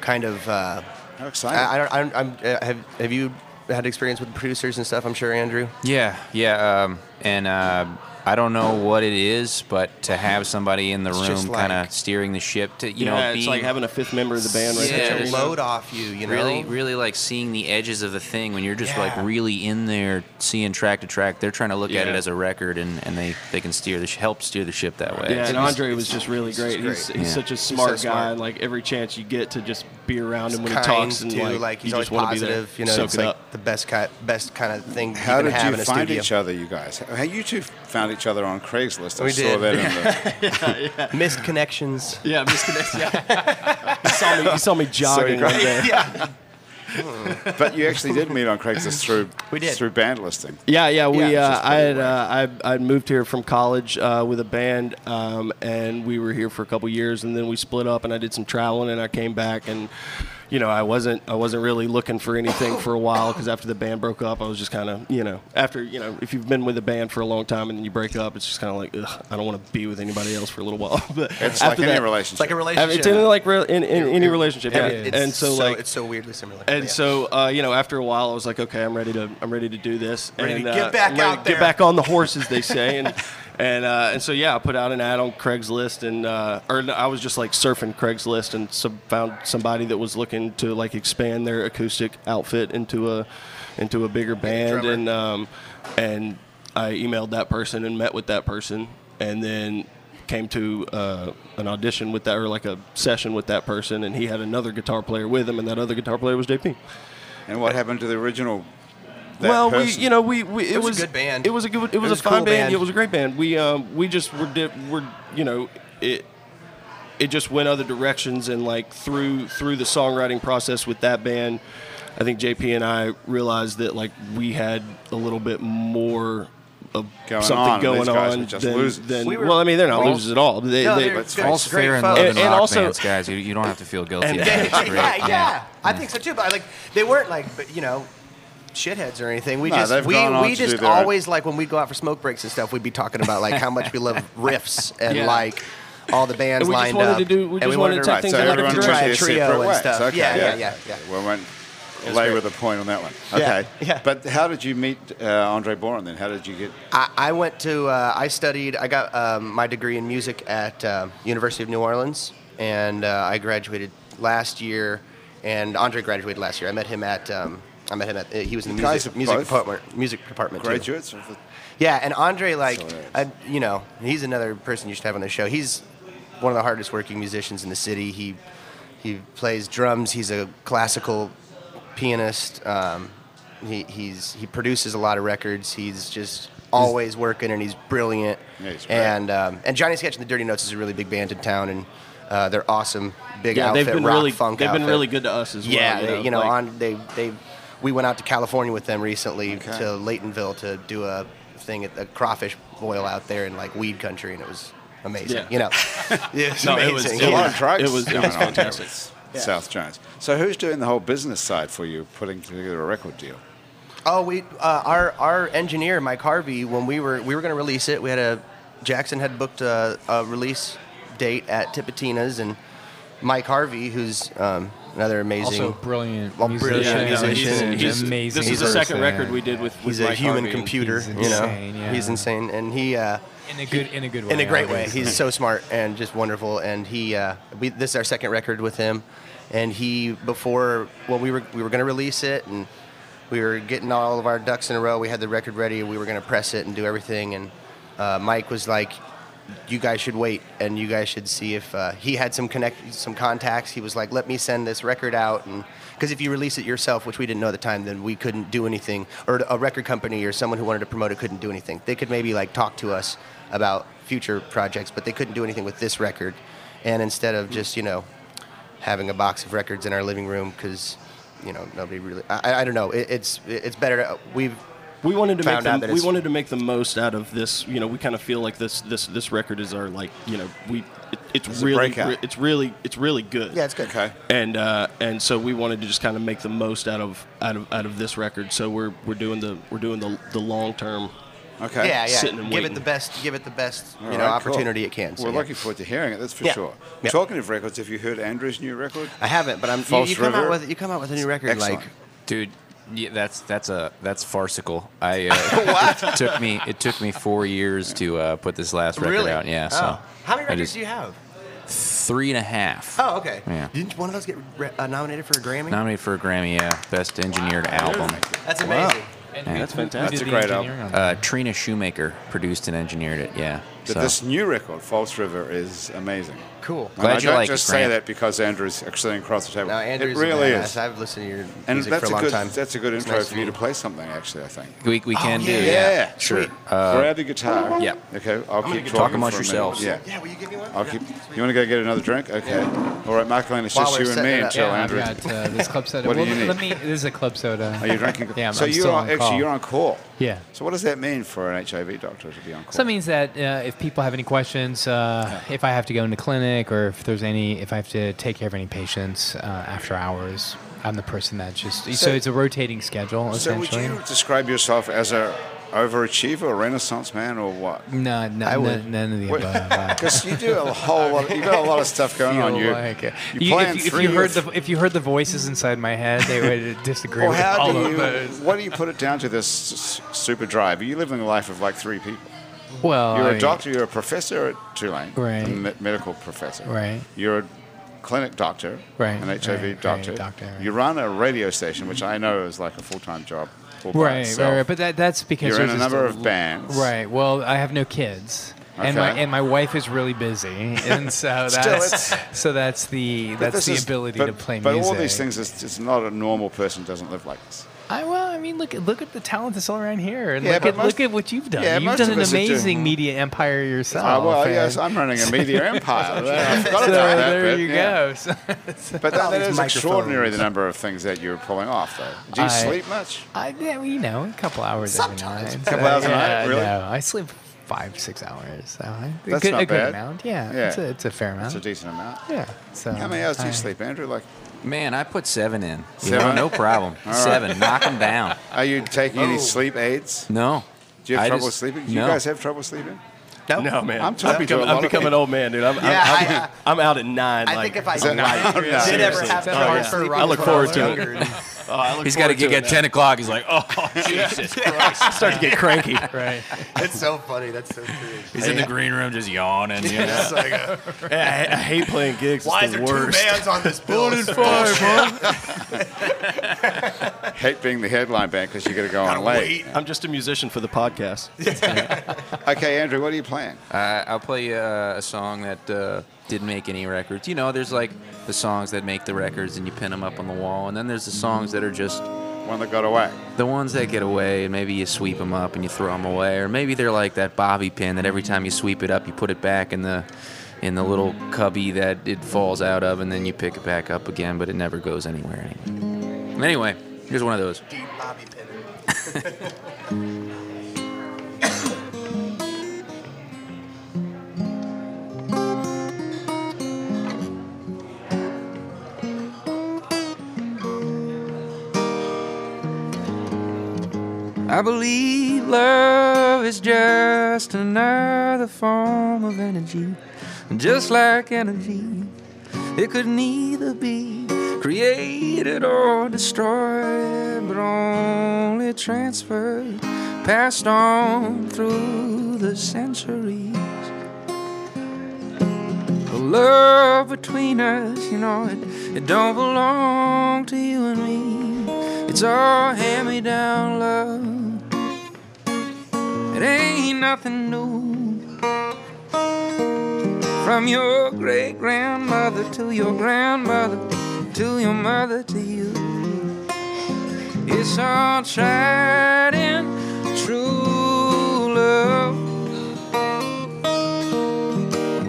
kind of. Uh, How I, exciting! I don't. I'm, I'm, uh, have Have you had experience with producers and stuff? I'm sure, Andrew. Yeah, yeah, um, and uh, I don't know what it is, but to have somebody in the just room like- kind of steering the ship to you yeah, know, be it's like having a fifth member of the band right Yeah, there. Such just- a load off you. You know. really, really like seeing the edges of the thing when you're just like Yeah. really in there, seeing track to track. They're trying to look at it Yeah. as a record, and, and they they can steer the sh- help steer the ship that way. Yeah, It's- and it's- Andre was just really great. He's, great. he's Yeah. such a so smart guy. smart. Like every chance you get to just be around him when kind he talks and too, like, like, he's you always just want to be there. positive. You know, soak it's it like up. the best kind, best kind of thing How you did can have you in a find studio. each other, you guys? How you two found each other on Craigslist? I We saw did. that in the Missed connections. Yeah, misconnects. Yeah, he saw me. He saw me jogging you- one day. Yeah. But you actually did meet on Craigslist through We did. through band listing. Yeah, yeah, we. Yeah, it's uh, just I had pretty uh, I I moved here from college uh, with a band, um, and we were here for a couple years, and then we split up, and I did some traveling, and I came back, and you know, I wasn't I wasn't really looking for anything for a while because after the band broke up, I was just kind of you know after you know if you've been with a band for a long time and then you break up, it's just kind of like Ugh, I don't want to be with anybody else for a little while. but It's after like any that- relationship. It's like a I mean, relationship. It's in like re- in, in any relationship, yeah. Every- it's and so like it's so weirdly similar. and Yeah. so, uh, you know, after a while, I was like, okay, I'm ready to, I'm ready to do this, Ready to and get uh, back I'm ready out to there. get back on the horse, as they say, and and uh, and so yeah, I put out an ad on Craigslist, and uh, or no, I was just like surfing Craigslist, and some, found somebody that was looking to like expand their acoustic outfit into a into a bigger band, drummer. and um, and I emailed that person and met with that person, and then came to uh, an audition with that or like a session with that person, and he had another guitar player with him, and that other guitar player was JP. And what happened to the original? that well, person? we you know we, we it, was a good band. It was a good it was, was a a fine cool band. band. It was a great band. We um we just were di- were you know it it just went other directions and like through through the songwriting process with that band. I think JP and I realized that like we had a little bit more of Going something on, and going these guys on were just than, losers. than- We were- well I mean they're not Well, losers at all. They, No, they- they're That's good- all All's great fair in folks. love And- and, and rock also- bands, guys. You, you don't have to feel guilty. And- about it. It's yeah, great. yeah, I think so too. But like, they weren't like, but, you know, shitheads or anything. We No, they've just, we, gone on we to do just their own- always like when we go out for smoke breaks and stuff, we'd be talking about like how much we love riffs and Yeah. like all the And bands we just lined wanted up. to do- we and just we wanted wanted to take right, things so out of like everyone to went different try their a trio separate and ways. stuff. Okay, yeah, yeah, yeah, yeah. We went labor the point on that one. Yeah, Okay, yeah. But how did you meet uh, Andre Boren then? How did you get? I, I went to uh, I studied I got um, my degree in music at uh, University of New Orleans and uh, I graduated last year and Andre graduated last year I met him at um, I met him at uh, he was in the You guys music, are music both department music department too. Graduates of the yeah and Andre like So nice. I, you know he's another person you should have on the show he's one of the hardest working musicians in the city he he plays drums he's a classical pianist um, he, he's he produces a lot of records he's just always working and he's brilliant Yeah, he's great. and um, and Johnny Sketch and the Dirty Notes is a really big band in town and uh, they're awesome big yeah outfit they've been rock really funk they've been outfit. really good to us as well. yeah you they, know, you know like- on they they we went out to California with them recently Okay. to Laytonville to do a thing at the crawfish boil out there in like weed country and it was amazing Yeah. you know it's No, it was- amazing it a yeah. lot of drugs. It was- it going was on there fantastic. with South Jones. So who's doing the whole business side for you, putting together a record deal? Oh, we uh, our our engineer Mike Harvey. When we were we were going to release it, we had a Jackson had booked a, a release date at Tipitina's, and Mike Harvey, who's um, another amazing. Also, brilliant. Well, musician. brilliant Yeah, no, he's- musician, he's- amazing. This is the He's second person. record we did with, with he's a Mike human Harvey. computer. He's you know, insane, yeah. he's insane, and he. Uh, in a good in a good way. in a great way. obviously. He's so smart and just wonderful. And he, uh, we, this is our second record with him. And he, before, well, we were we were going to release it, and we were getting all of our ducks in a row. We had the record ready, and we were going to press it and do everything. And uh, Mike was like, "You guys should wait, and you guys should see if uh, he had some connect, some contacts." He was like, "Let me send this record out," and because if you release it yourself, which we didn't know at the time, then we couldn't do anything, or a record company or someone who wanted to promote it couldn't do anything. They could maybe like talk to us about future projects, but they couldn't do anything with this record. And instead of just you know having a box of records in our living room because you know nobody really I, I don't know it, it's it's better to we've We wanted to Found out make that the, we it's- wanted to make the most out of this. You know, we kind of feel like this this this record is our like you know we it, it's, a really breakout. re- it's really it's really good. yeah it's good Okay. and uh, and so we wanted to just kind of make the most out of out of out of this record. So we're we're doing the we're doing the the long term. Okay. yeah yeah Sitting give and it waiting. the best give it the best All you know right, cool. opportunity it can so, We're yeah. looking forward to hearing it. That's for Yeah. sure. Yeah. Talking of records, have you heard Andrew's new record? I haven't but I'm you- False you, come River. out with you come out with a new record like Dude, yeah, that's that's a that's farcical. I uh, it took me it took me four years to uh, put this last record really out. Yeah, Oh. so how many I records just- do you have three and a half. oh okay Yeah. didn't one of those get re- uh, nominated for a Grammy Nominated for a Grammy, yeah, best engineered album. that's amazing And Yeah. who- That's who did fantastic. the That's a great engineering on that? Uh, Trina Shoemaker produced and engineered it. Yeah. But so- this new record, False River, is amazing. cool And I Glad you don't like it, just say Grant. that because Andrew's sitting across the table. now Andrew's it really a badass. is. I've listened to your and music that's for a a, long good time that's a good It's intro nice for you meet to play something actually, I think. we, we can do. yeah. Yeah. Yeah, Sure. sweet. We're Uh, out of guitar. Yeah. Okay, I'll keep talking. get- Talk for amongst a minute. yourselves. Yeah. yeah will you give me one I'll Yeah, keep. sweet. You want to go get another drink? Okay. All right, Michael, it's While just we're you and setting me it up. until yeah, I've Andrew. got uh, this club soda. What do well, you let- need? let me. This is a club soda. Are you drinking? Yeah, I'm, so I'm you're still on, on actually call. you're on call. Yeah. So what does that mean for an HIV doctor to be on call? So that means that uh, if people have any questions, uh, if I have to go into clinic or if there's any, if I have to take care of any patients uh, after hours, I'm the person that just. So, So- it's a rotating schedule so would essentially. you describe yourself as a overachiever, a renaissance man, or what? no, no, I no- would- none of the above. uh, Because you do a whole lot. You've got a lot of stuff going on. feel You, like it. you, You- plan if, you- if three you or heard the if you heard the voices inside my head, they would disagree Well, with how all do of you, those. What do you put it down to this s- s- super drive? You're living the life of like three people. Well, You're I a mean, doctor, you're a professor at Tulane, Right. a me- medical professor. Right. You're a clinic doctor, Right, an HIV right, doctor. right, doctor, right. You run a radio station, which I know is like a full time job. all by Right, right, itself. right, but that, that's because You're in there's a just number of bands. Right. Well, I have no kids, and my Okay. and my wife is really busy, and so Still, that's it's- so that's the But that's this the is- ability but, to play but music. all these things, is, it's not a normal person doesn't live like this. I well, I mean, look at look at the talent that's all around here, and Yeah, look but at most- look at what you've done. yeah, you've most done of an us are doing- amazing media empire yourself. Oh, well, and- yes, I'm running a media empire. I forgot so about that. there bit, you yeah. go. So, so- But that, All that these is microphones. extraordinary the number of things that you're pulling off, though. Do you I- sleep much? I, yeah, well, you know, a couple hours every night. A Couple hours a night, really? No, I sleep five six hours. So I, a That's good, not a good bad. amount. Yeah, Yeah. It's, a, it's a fair amount. That's a decent amount. yeah. So How many hours do you I- sleep, Andrew? Like, man, I put seven in. You know, Seven? no problem. right. Seven. Knock them down. are you taking any sleep aids? No. Do you have I trouble just- sleeping? Do you no. guys have trouble sleeping? No man, I'm talking to a becoming- lot I'm of becoming an people. old man, dude. I'm, I'm- Yeah, I'm, I- I'm out at nine. I like, think if I that- did I'm not- ever Seriously. have to Oh, yeah. hard sleep I look when forward was to it. younger. oh, I look He's got to forward gig it at now. ten o'clock. He's like, oh, Jesus Christ. I start to get cranky. Right. That's so funny. That's so true. He's in the green room just yawning. You know? I, I hate playing gigs. Why is it's the there worst. two bands on this bill? Hate being the headline band because you got to go on late. I'm just a musician for the podcast. Okay, Andrew, what are you playing? Uh, I'll play uh, a song that uh, didn't make any records. You know, there's like the songs that make the records and you pin them up on the wall, and then there's the songs that are just One that got away. the ones that get away, and maybe you sweep them up and you throw them away, or maybe they're like that bobby pin that every time you sweep it up, you put it back in the in the little cubby that it falls out of, and then you pick it back up again, but it never goes anywhere. Anyway, anyway here's one of those. Deep Bobby Pin. I believe love is just another form of energy, just like energy. It could neither be created or destroyed, but only transferred, passed on through the centuries. The love between us, you know, it, it don't belong to you and me. It's all hand me down love. It ain't nothing new. From your great grandmother to your grandmother to your mother to you. It's all tried and true love.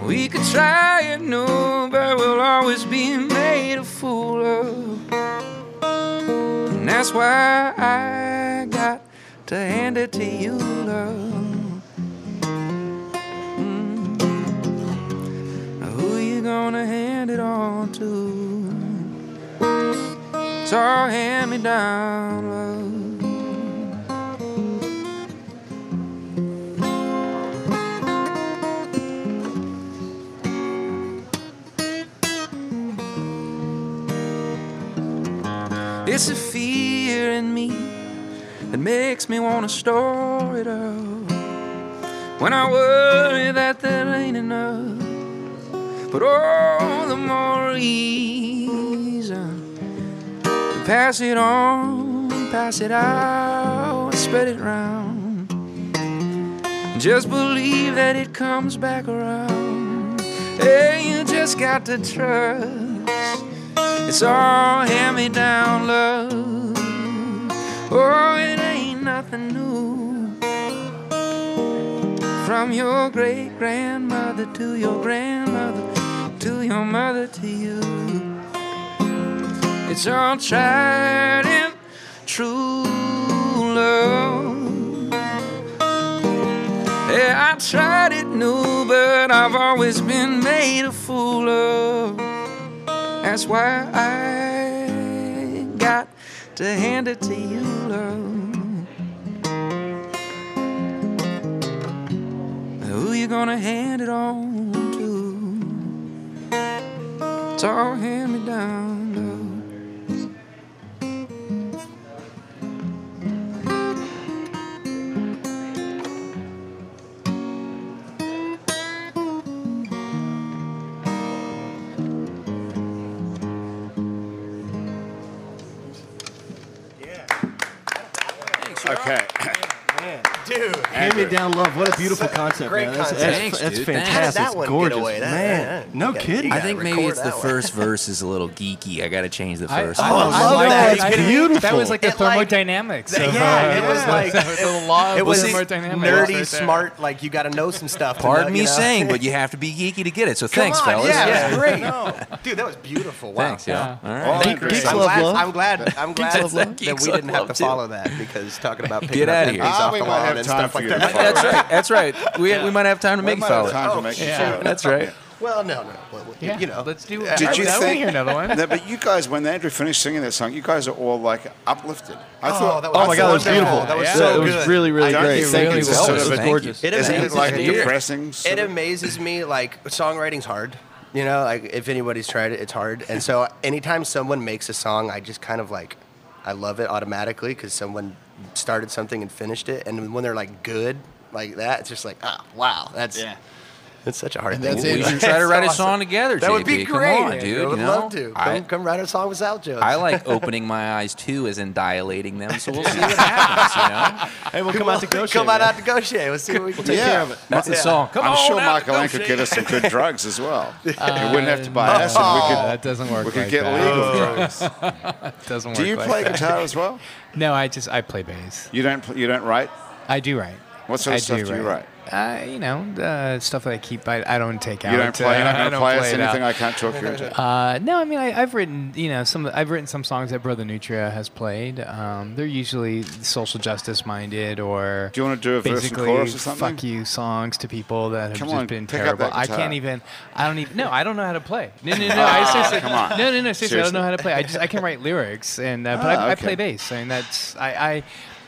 We could try and know, but we'll always be made a fool of. And that's why I got to hand it to you, love. Who you gonna hand it on to? It's all hand me down, love. It's a fear in me that makes me wanna store it up. When I worry that there ain't enough. But all the more reason to pass it on, pass it out, spread it round. Just believe that it comes back around. Hey, you just got to trust. It's all hand me down love. Oh, it ain't nothing new. From your great grandmother to your grandmother to your mother to you. It's all tried and true love. Yeah, I tried it new, but I've always been made a fool of. That's why I got to hand it to you, love. Who you gonna hand it on to? It's all hand me down. Okay. Dude, Hand me down love. What a beautiful concept, great man. That's, concept. that's, Thanks, that's dude. Thanks. fantastic. did How that It's one get gorgeous, away? That- man. that- no you gotta- kidding. you I think maybe record it's the that one. first verse is a little geeky. I gotta change the I, first. I- one. I love like that. I- It's I- beautiful. That was like the It like- thermodynamics. of, yeah, uh, it was like the law of it was thermodynamics right nerdy, there. smart. Like you got to know some stuff. to know, Pardon me you know? saying, but you have to be geeky to get it. So thanks, Come on, fellas. Yeah, Yeah. it was great. Dude, that was beautiful. Wow. Thanks, yeah. All right. All in Geeks agreement. I'm love glad, love. I'm glad. I'm glad love love. that Geeks we love didn't have to love, too. follow that because talking about picking Get up outta MPs here. off Ah, we the might lawn have and time stuff for like you that. to follow. That's right. That's right. We, we might have time to We make might it, have fellas. time Oh, to make shit. sure. That's right. Well, no, no. Well, you- Yeah, You know, let's do. Did you I, think- hear another one? No, but you guys, when Andrew finished singing that song, you guys are all like uplifted. I Oh, thought that was Oh my God, that was wonderful. beautiful. That was Yeah. so it was good. really, really Don't great. you Thank think you. it's That sort was of a gorgeous. Thank you. It Isn't it amazes like a me. depressing? sort It of- amazes me. Like songwriting's hard. You know, like if anybody's tried it, it's hard. And so anytime someone makes a song, I just kind of like, I love it automatically because someone started something and finished it. And when they're like good like that, it's just like, ah, wow, that's Yeah. that's such a hard And thing. that's do. it. We should try to It's write a awesome. song together, That would be JP. Come great. on, dude, I would you love know? to. Come, I- come write a song with Sal Jones. I like opening my eyes too, as in dilating them. So we'll see what happens. You know, Hey, we'll come out to go. Come on out to Goshen. Let's see what we can take care of it. that's the song. Come I'm on sure out, Michael Ann could Goshen. get us some good drugs as well. We wouldn't have to buy acid. Uh, We that doesn't work. could, we could like get that. legal drugs. It doesn't work. Do you like play that. guitar as well? No, I just I play bass. You don't. pl- You don't write. I do write. What sort of stuff do you Uh, you know, uh, stuff that I keep. I, I don't take out. You don't play. You're not uh, I going to don't play us it out. anything I can't talk you into. Uh, no, I mean I, I've written you know some I've written some songs that Brother Nutria has played. Um, they're usually social justice minded or Do you wanna do a verse and basically chorus or something? fuck you songs to people that have Come just on, been pick up terrible. that I guitar. Ah, can't even I don't even no I don't know how to play. No no no I seriously come on. no no no seriously I don't Seriously. know how to play. I just I can write lyrics and uh, but Ah, I, I okay. play bass. I mean that's I. I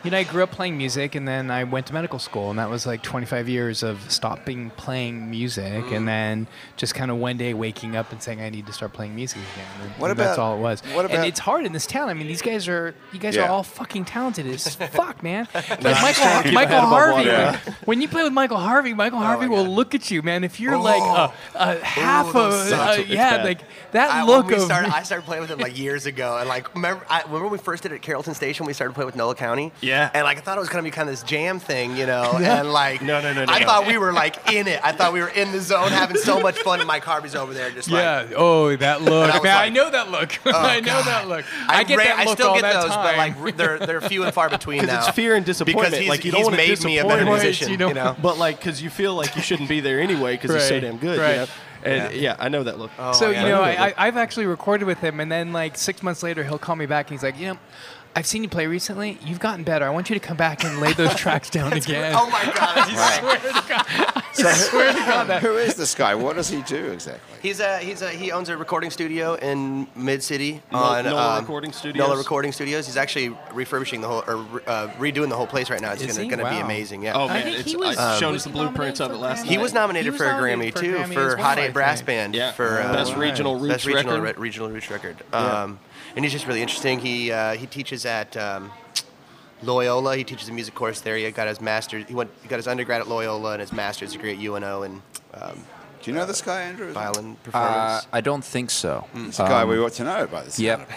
You know, I grew up playing music, and then I went to medical school, and that was like 25 years of stopping playing music, and then just kind of one day waking up and saying I need to start playing music again. And- What and that's about- all it was. what and about- it's hard in this town. I mean, these guys are you guys Yeah. are all fucking talented as fuck, man. Like trying to Michael, keep my head Michael above Harvey. water. Yeah. When you play with Michael Harvey, Michael Harvey will look at you, man. If you're like a, a half those of suck. uh, yeah, bad. like that I, look when we of started, I started playing with him like years ago, and like remember, I, remember when we first did it at Carrollton Station, we started playing with Nola County. Yeah. And like I thought it was gonna be kind of this jam thing, you know, and like No, no, no, no, I no. thought we were like in it. I thought we were in the zone, having so much fun. And Mike Harvey's over there, just Yeah. like. oh, that look. I I, was Man, I like, know that look. I know that look. I, get ra- that look I still all get that those, time. but like re- they're they're few and far between now. Because it's fear and disappointment. Because he's, like you don't he's want to made me a better disappoint. musician. You You know? know, But like, because you feel like you shouldn't be there anyway because he's so Right, damn good. right. Oh. You know? And yeah. I know that look. so yeah. you know, I, I, I've actually recorded with him, and then like six months later, he'll call me back, and he's like, you know. I've seen you play recently. You've gotten better. I want you to come back and lay those tracks down again. oh my god, he's like- So who who is this guy? What does he do exactly? He's a he's a he owns a recording studio in Mid City Nol- on Nola um, Recording Studios? Nola Recording Studios. He's actually refurbishing the whole or uh, redoing the whole place right now. It's Is gonna, he? gonna be Wow. amazing. Yeah. oh I man, think it's, he I was- showed was us the he blueprint of it nominated for last Grammy? night. he was nominated He for was a Grammy nominated for a too Grammy for as well, Hot I Eight Brass think. Band Yeah. for uh, Wow. Best regional roots best regional record. re- regional roots record. Um, and he's just really interesting. He uh, he teaches at um, Loyola. He teaches a music course there. He got his master. He went he got his undergrad at Loyola and his master's degree at UNO in um, Do you know this guy, Andrew? violin performance. Uh, I don't think so. Mm, Um, It's a guy um, we ought to know by this. Yep.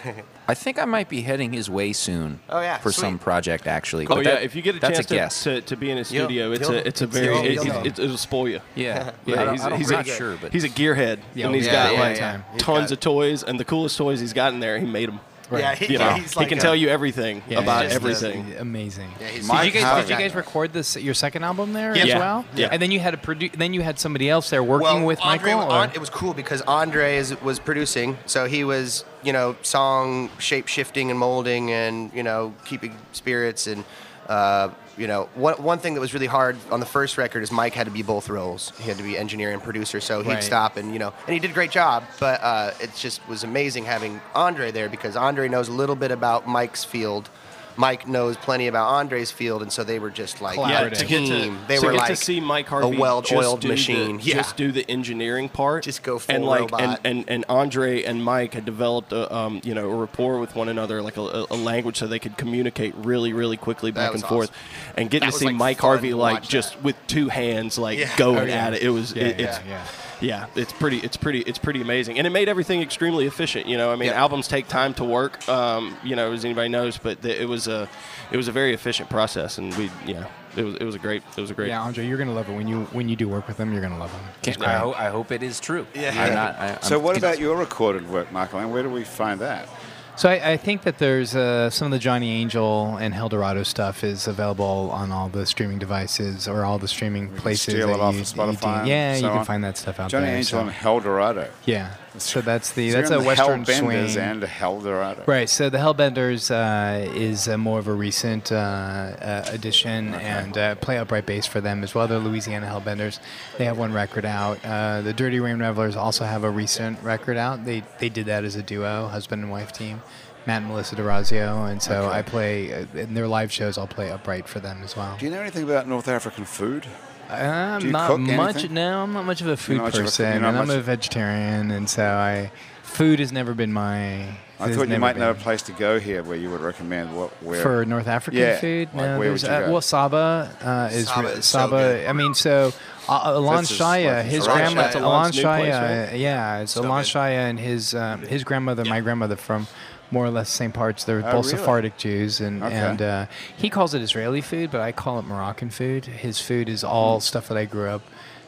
I think I might be heading his way soon. Oh, yeah, For some sweet. project, actually. Oh But yeah, that- if you get a that's chance a guess. to, to, to be in his You'll- studio, it's you'll- a it's a very you'll- it, you'll know. it, it'll spoil you. yeah. Yeah, I don't- he's, I don't- he's I'm a, not sure, but he's a gearhead, Yeah. and he's Yeah, got yeah, like yeah. He's tons got- of toys, and the coolest toys he's gotten there, he made them. Yeah, he, You know, he's he like can a- tell you everything Yeah, about he's just everything. Amazing. he's- did you Mike guys, did you Howard. guys record this your second album there Yeah. as Yeah. well? Yeah. And then you had a produ- then you had somebody else there working with Andre- Michael. An- or- it was cool because Andre is, was producing, so he was, you know, song shape shifting and molding, and you know, keeping spirits and. Uh, you know, one, one thing that was really hard on the first record is Mike had to be both roles. He had to be engineer and producer, so he'd Right. stop and, you know, and he did a great job, but uh, it just was amazing having Andre there because Andre knows a little bit about Mike's field. Mike knows plenty about Andre's field, and so they were just like Yeah, Yeah, Collaborative. to get to, team. They to were get like to see Mike Harvey a well-oiled just do the- machine. Just do the engineering part. Just go full and like robot. And, and and Andre and Mike had developed a um, you know a rapport with one another, like a, a, a language, so they could communicate really really quickly back was and forth. And getting That to was, see like, Mike fun Harvey to like watch that. just with two hands like Yeah. going Oh, yeah. at it. It was Yeah, it, yeah, it's yeah. yeah, it's pretty, it's pretty, it's pretty amazing, and it made everything extremely efficient. You know, I mean, Yeah. albums take time to work. Um, you know, as anybody knows, but the, it was a, it was a very efficient process, and we, yeah, it was, it was a great, it was a great. yeah, Andre, you're gonna love it when you when you do work with them. You're gonna love them. Can't- I, ho- I hope it is true. Yeah. I'm not, I, I'm, So, what about your recorded work, Michael? And where do we find that? So I, I think that there's uh, some of the Johnny Angel and Dorado stuff is available on all the streaming devices or all the streaming places. Steal that it off you, of that you do- Spotify. yeah, and you so can on. find that stuff out Johnny there. Angel so- and Hell Dorado. yeah. So that's the So that's you're a in the Western Hellbenders swing. and Hell Dorado. Right. So the Hellbenders uh, is uh, more of a recent uh, uh, addition, and uh, play upright bass for them as well. They're Louisiana Hellbenders. They have one record out. Uh, the Dirty Rain Revelers also have a recent record out. They they did that as a duo, husband and wife team, Matt and Melissa DeRazio. And so I play uh, in their live shows. I'll play upright for them as well. Do you know anything about North African food? I'm do you Uh, not cook much. anything? No, I'm not much of a food not much of a- person, you're not and I'm much- a vegetarian, and so I food has never been my. I has thought you never might know a been- place to go here where you would recommend what where. for North African Yeah, food. like, where there's, would you uh, go? well, Saba uh, is Saba re- is so Saba. good. I mean, so uh, Alon This is Shaya, like his Iran. grandma, That's Alon Alon's new Shaya, place, right? yeah, it's Alon Shaya and his um, his grandmother, my grandmother from. More or less the same parts. They're both Oh, really? Sephardic Jews, and Okay. and uh, he calls it Israeli food, but I call it Moroccan food. His food is all stuff that I grew up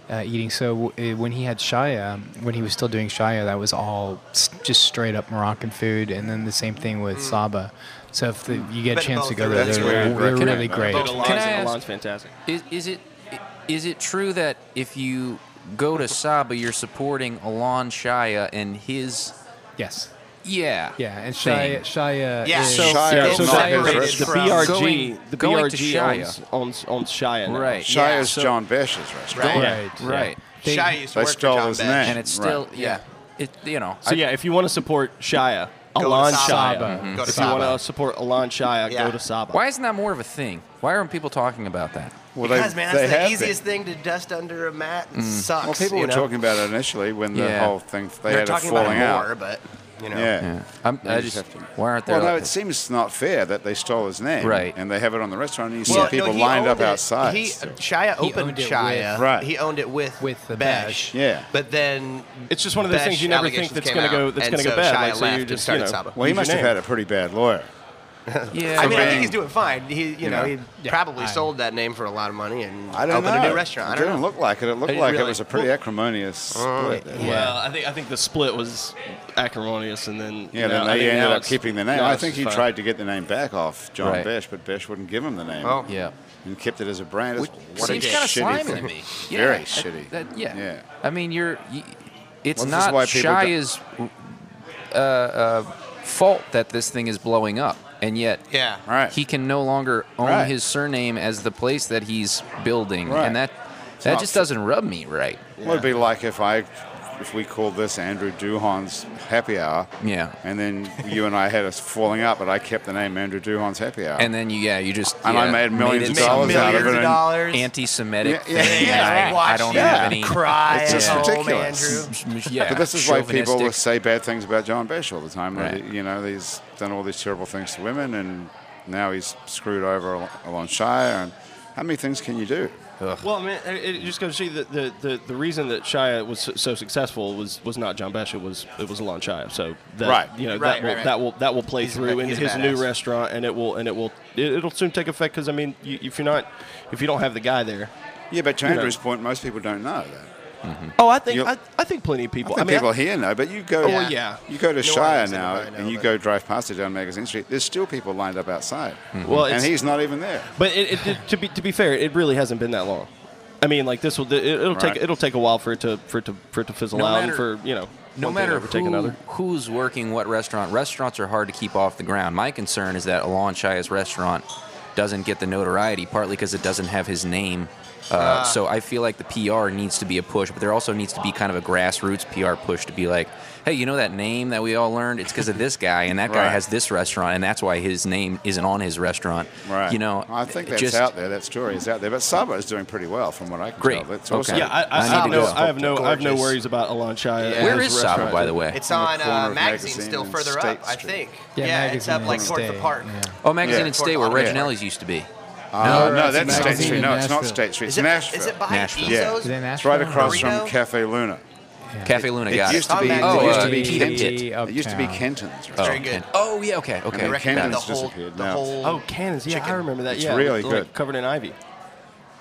uh, eating. So w- uh, when he had Shaya, when he was still doing Shaya, that was all s- just straight up Moroccan food, and then the same thing with Saba. So if the, you get a But chance to both go are there, really they're, good. they're Can I- really great. Dude, Alon's, Can I ask- Alon's fantastic. Is, is it is it true that if you go to Saba, you're supporting Alon Shaya and his Yes. yeah Yeah, and thing? Shia, Shia Yeah. is So- Shia Yeah, is so not that- his separated the restaurant. from- BRG, Going- the going to BRG owns, owns, owns Shia now. right. Shia yeah, is so- John Besh's restaurant. Right. right. Yeah. Right. They- Shy used to They work for stole John his Besh. name. And it's still Right. yeah. It you know So yeah, if you want to support Shia, Alon Saba. Shaya. Mhm. Go to If you want Saba. to support Alon Shaya, Yeah. go to Saba. Why isn't that more of a thing? Why aren't people talking about that? Well, because man, that's the have easiest been. thing to dust under a mat. It Sucks. Mm. Well, people you were know? talking about it initially when the Yeah. whole thing they They're had a talking falling about out. it more, but you know. Yeah. Yeah. I'm, I You just just, have to- why aren't there? Well, no, like- it seems not fair that they stole his name, Right. And they have it on the restaurant, and you Well, see people no, he lined owned up it- outside. He, so- Shia He owned owned it Shia. with- Right. He owned it with With the Bash. Yeah. But then It's just one of those Bash things you never think allegations that's came going to out, go that's and going to go so bad. Shia like, so left you and just you started know, Saba. well, he use your must have name. had a pretty bad lawyer. yeah. I but- mean, I being- think he's doing fine. He, you, know, know. he Yeah, probably I- sold that name for a lot of money and I don't opened know. a new restaurant. I it don't didn't know. look like it. It looked I like it really- was a pretty acrimonious split. there. Well, I think I think the split was acrimonious, and then Yeah, no, then I they think now ended up it's- keeping the name. now I it's think he fine. tried to get the name back off John Right. Besh, but Besh wouldn't give him the name Oh. yeah. and kept it as a brand. It's Which what seems a kind of shitty slimy thing. to me. Very I- shitty. that- yeah. Yeah. I mean, you're. You, it's Well, this is not why people don't- Shia's uh, uh, fault that this thing is blowing up, and yet Yeah. Right. he can no longer own Right. his surname as the place that he's building, Right. and that that not just fair. doesn't rub me right. It would be like if I, if we called this Andrew Duhon's Happy Hour. Yeah. And then you and I had us falling out, but I kept the name Andrew Duhon's Happy Hour. And then you, yeah, you just And I yeah, made millions it of Make dollars some out of millions it of and- dollars. anti-Semitic Yeah, yeah, thing. yeah. and I- I, Watch don't yeah. have any. Cry It's just at home, ridiculous. Andrew. Yeah, But this is why people chauvinistic. will say bad things about John Besh all the time. Like, Right. You know, he's done all these terrible things to women, and now he's screwed over Al- Alon Shire. And how many things can you do? Well, I mean, it, it just goes to see that the, the, the reason that Shia was so- so successful was, was not John Besh. It was it was Alon Shia. So that, Right. you know Right, that will, right, right. that will that will play He's a- through in he's a his new badass. restaurant, and it will and it will it, it'll soon take effect because I mean, you, if you're not if you don't have the guy there. Yeah, but to You know. Andrew's point, most people don't know that. Oh, I think You'll- I, I think plenty of people. I think mean, I- people here know, but you go, Oh, well, yeah. you go to New Shire Orleans, now, everybody know, and you but- go drive past it down Magazine Street. There's still people lined up outside, Well, and it's- he's not even there. But it, it, to be to be fair, it really hasn't been that long. I mean, like this will it, it'll Right. take it'll take a while for it to for it to for it to fizzle No out matter- and for you know no one thing matter overtake who- another. who's working what restaurant, restaurants are hard to keep off the ground. My concern is that Alon Shia's restaurant doesn't get the notoriety, partly because it doesn't have his name. Uh, Ah. so I feel like the PR needs to be a push, but there also needs to be kind of a grassroots PR push to be like, hey, you know that name that we all learned? It's because of this guy, and that guy Right. has this restaurant, and that's why his name isn't on his restaurant. Right. You know, I think that's just, out there. That story is out there. But Saba is doing pretty well, from what I can Great. tell. That's Okay. also Yeah, I, I, I need I to know, go. I have no I have no Gorgeous. worries about Alon Shia. Yeah. and Where his is Saba, restaurant. by the way? It's On the on corner uh, of magazine, Magazine still and further State up, I Street. think. Yeah, it's Magazine up like and toward the State, park. yeah. oh, Magazine Yeah. and State, where Reginelli's used to be. no, Uh, no, that's Magazine State Street. in No, it's not Nashville. State Street. It's Is it, Nashville. is it behind Nashville. Yeah. Ezo's? Is it It's right Nashville? across Burrito? from Cafe Luna. Cafe Luna It got used it. to be. Oh, it used to uh, be T- Kenton. It used to be Uptown. Kenton's. Right? Very good. And- oh, yeah, okay, okay. I mean, Recommend the Cannon's whole, disappeared the now. whole. Oh, cannons! Yeah, I Chicken. remember that. It's yeah, really like, good. covered in ivy.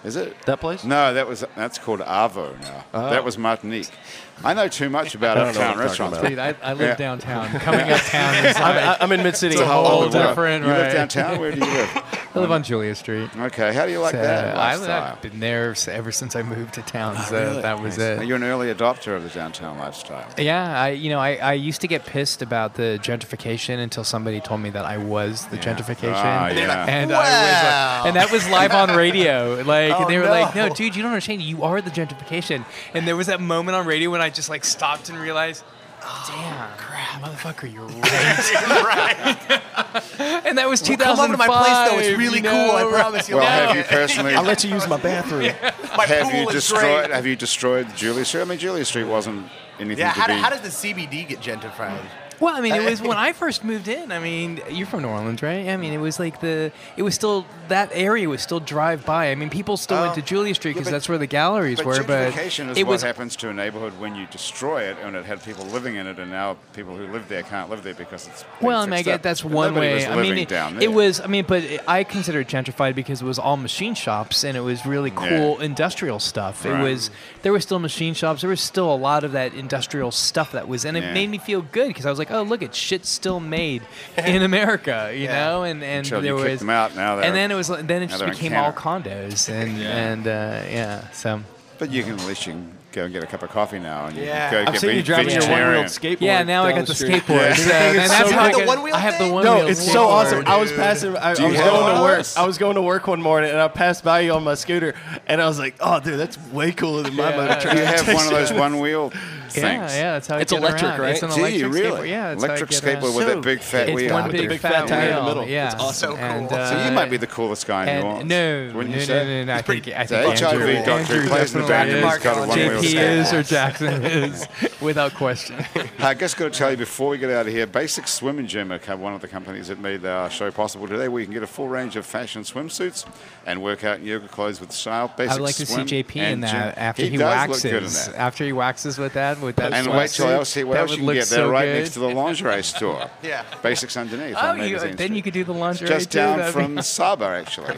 Is it That place? No, that was that's called Avo now. That was Martinique. Oh. I know too much about uptown restaurants. Dude, I, I live Yeah. downtown. Coming uptown is I'm, like, I- I'm in Mid City. It's a whole Oh, Old wow. different, You live right? downtown? Where do you live? I live on Julia Street. Okay, how do you like So that I, lifestyle? have been there s- ever since I moved to town, so that was it. You're an early adopter of the downtown lifestyle. Yeah, I you know I, I used to get pissed about the gentrification until somebody told me that I was the gentrification. Ah, And they're yeah. like, and I was "Wow." like, and that was live on radio. Like Oh, and they were like, no. no, dude, you don't understand. You are the gentrification. And there was that moment on radio when I just like stopped and realized. Oh, Damn, crap, motherfucker, you're right. right. and that was 2005. Come over to my place, though. It's really you know, cool. I right? promise you. Well, have you personally? I'll let you use my bathroom. My have pool you is destroyed? great. Have you destroyed Julia Street? I mean, Julia Street wasn't anything Yeah, to how, be. do- how does the CBD get gentrified? Well, I mean, it was when I first moved in. I mean, you're from New Orleans, right? I mean, it was like the, it was still that area was still drive by. I mean, people still Oh. went to Julia Street Yeah, because but- that's where the galleries but were. But gentrification is it what was happens to a neighborhood when you destroy it, and it had people living in it, and now people who live there can't live there because it's. been Well, I mean, I fixed get up. that's But one nobody way. Was I living mean, it, down it there. was. I mean, but it, I consider it gentrified because it was all machine shops and it was really cool industrial stuff. Right. It was there were still machine shops. There was still a lot of that industrial stuff that was, and it Yeah. made me feel good because I was like, oh, look, it's shit still made in America, you Yeah. know. And and Until you there kick was them out, now they're- and then it was like- then now it just they're in became all Canada. condos and and uh, yeah. So But you can at least you can go and get a cup of coffee now, and you Yeah. can go I've get seen you driving your vegetarian. one-wheeled skateboard. yeah, now I down got the the, street. skateboard. So Yeah. then that's so how I cool. got- The one-wheel I have the thing? one No, wheel it's so awesome. I was dude. passing. I, Do you I was have going one to of work. those? I was going to work one morning, and I passed by Uh, you on my scooter, and I was like, "Oh, dude, that's way cooler than my motor." Do you have one of those one wheel Yeah, things. yeah, that's how I It's get electric, around. right? It's an Gee, electric skateboard. really? Yeah, that's how I electric get around. skateboard with So- that big fat it's wheel. one big, big fat fat tire in the wheel, middle. Yeah, It's awesome. So cool. And, So so you uh, might be the coolest guy in New and Orleans. wouldn't no, no, you no, say? no, no, I think, I So think HIV Andrew, doctor Andrew plays in the definitely band, is. he's got a one-wheel JP is skateboard. or Jackson is, without question. I guess got to tell you before we get out of here, Basic Swim and Gym are co- one of the companies that made our show possible today, where you can get a full range of fashion swimsuits and workout and yoga clothes with style. Basic I would like to see Swim JP in and Gym. that after he, does waxes. Uh, Look good in that. After he waxes with that, with that. And wait till I swimsuit, see what that else you would can look get. They're so right good. next to the lingerie store. Yeah. Basics underneath. Oh, on you, Magazine then Street. you could do the lingerie just too, down that'd be- from Saba, actually.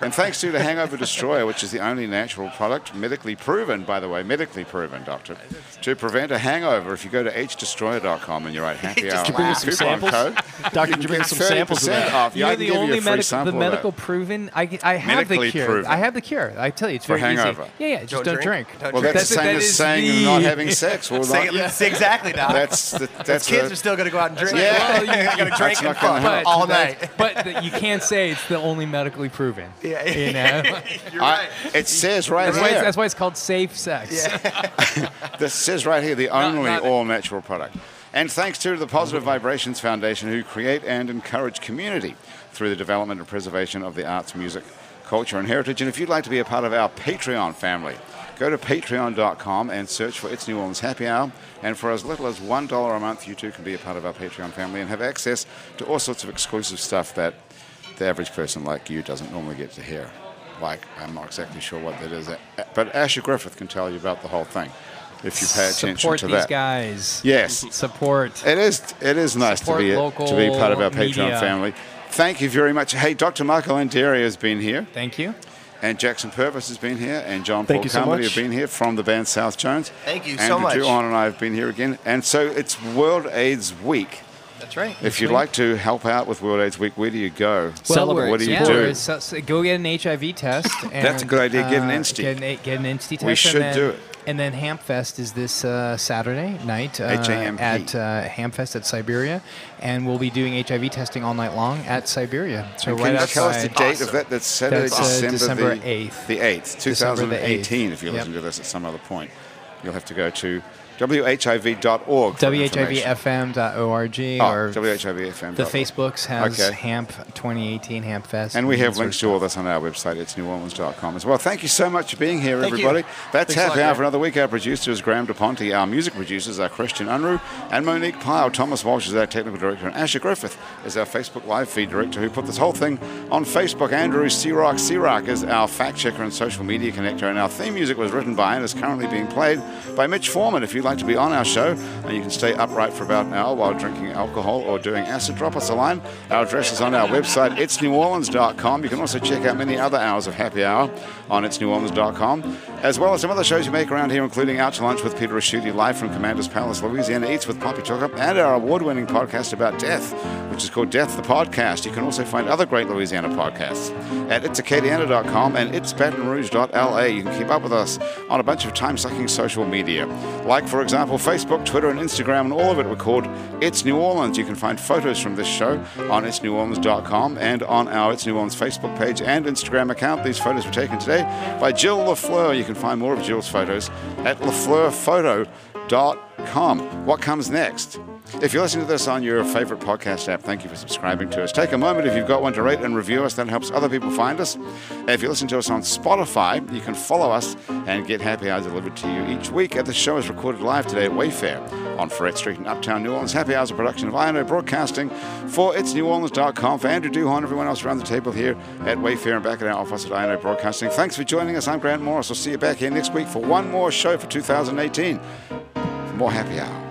And thanks to the Hangover Destroyer, which is the only natural product, medically proven, by the way, medically proven, doctor, to prevent a hangover. If you go to hdestroyer.com and you write happy hour, Just coupon bring us some samples? code, Doctor, you could you can bring get some samples of 30% that? off. Yeah, I You're can the give only you a free medical, sample the of that. medical proven. I, g- I have Medically the cure. proven. I have the cure. I tell you, it's For very hangover. easy. Yeah, yeah. Just Don't don't, drink. drink. Don't Well, that's the that same is as saying the- not having sex. Well, Say, not, that's exactly, Doc. that's the, that's kids a- are still going to go out and drink. Yeah. They're going to drink That's and not gonna fuck happen. all that's- night. But the, you can't say it's the only medically proven. Yeah. You know? You're I, right. it says right that's, why it's, here. that's why it's called safe sex. This says right here the only not- all natural product. And thanks to the Positive Vibrations Foundation, who create and encourage community through the development and preservation of the arts, music, culture, and heritage. And if you'd like to be a part of our Patreon family, go to patreon.com and search for It's New Orleans Happy Hour. And for as little as $1 a month, you too can be a part of our Patreon family and have access to all sorts of exclusive stuff that the average person like you doesn't normally get to hear. Like, I'm not exactly sure what that is, but Asher Griffith can tell you about the whole thing if you pay attention Support to these that. guys. Yes. Support. It is. It is nice to Support be local to be part of our Patreon media. family. Thank you very much. Hey, Dr. Michael Anderi has been here, Thank you. and Jackson Purvis has been here, and John Thank Paul you so Carmody much. have been here from the band South Jones. Thank you Andrew so much. Duhon and I have been here again, and so it's World AIDS Week. That's right. If you'd like to help out with World AIDS Week, where do you go? Celebrate. What do you yeah, do? or so- so go get an HIV test. And, uh, That's a good idea, get an INSTI. Get an, get an INSTI test. We should and then, do it. And then Hamfest is this uh, Saturday night uh, H-A-M-P. at uh, Hamfest at Siberia, and we'll be doing HIV testing all night long at Siberia. So And right Can you outside. tell us the date of that? That's Saturday, That's, uh, December, December 8th. the 8th, December the 8th. 2018. If you Yep. listen to this at some other point, you'll have to go to whiv.org. for information. WHIVFM.org Oh, or WHIVFM. the Facebooks has Okay. Hamp 2018 Hamfest. And we have that sort links of to all stuff. this on our website, it's neworleans.com as well. Thank you so much for being here, Thank you. everybody. That's Thanks a lot, Happy Hour Graham. for another week. Our producer is Graham DePonte. Our music producers are Christian Unruh and Monique Pyle. Thomas Walsh is our technical director, and Asher Griffith is our Facebook live feed director who put this whole thing on Facebook. Andrew Sirock. Sirock is our fact checker and social media connector, and our theme music was written by and is currently being played by Mitch Foreman. If you'd like to be on our show and you can stay upright for about an hour while drinking alcohol or doing acid, drop us a line. Our address is on our website, itsneworleans.com. You can also check out many other hours of happy hour on itsneworleans.com, as well as some other shows you make around here, including Out to Lunch with Peter Raschuti, live from Commander's Palace, Louisiana, Eats with Poppy Chocolate, and our award winning podcast about death, which is called Death the Podcast. You can also find other great Louisiana podcasts at itsacadiana.com and itsbatonrouge.la. You can keep up with us on a bunch of time sucking social media, like, for example, Facebook, Twitter, and Instagram, and all of it were called It's New Orleans. You can find photos from this show on itsneworleans.com and on our It's New Orleans Facebook page and Instagram account. These photos were taken today by Jill LaFleur. You can find more of Jill's photos at LaFleurPhoto.com. What comes next? If you're listening to this on your favorite podcast app, thank you for subscribing to us. Take a moment if you've got one to rate and review us. That helps other people find us. And if you listen to us on Spotify, you can follow us and get Happy Hour delivered to you each week. And the show is recorded live today at Wayfair on Ferret Street in Uptown New Orleans. Happy Hour is a production of INO Broadcasting for itsneworleans.com. For Andrew Duhon, everyone else around the table here at Wayfair and back at our office at INO Broadcasting. Thanks for joining us. I'm Grant Morris. We'll see you back here next week for one more show for 2018. More Happy Hour.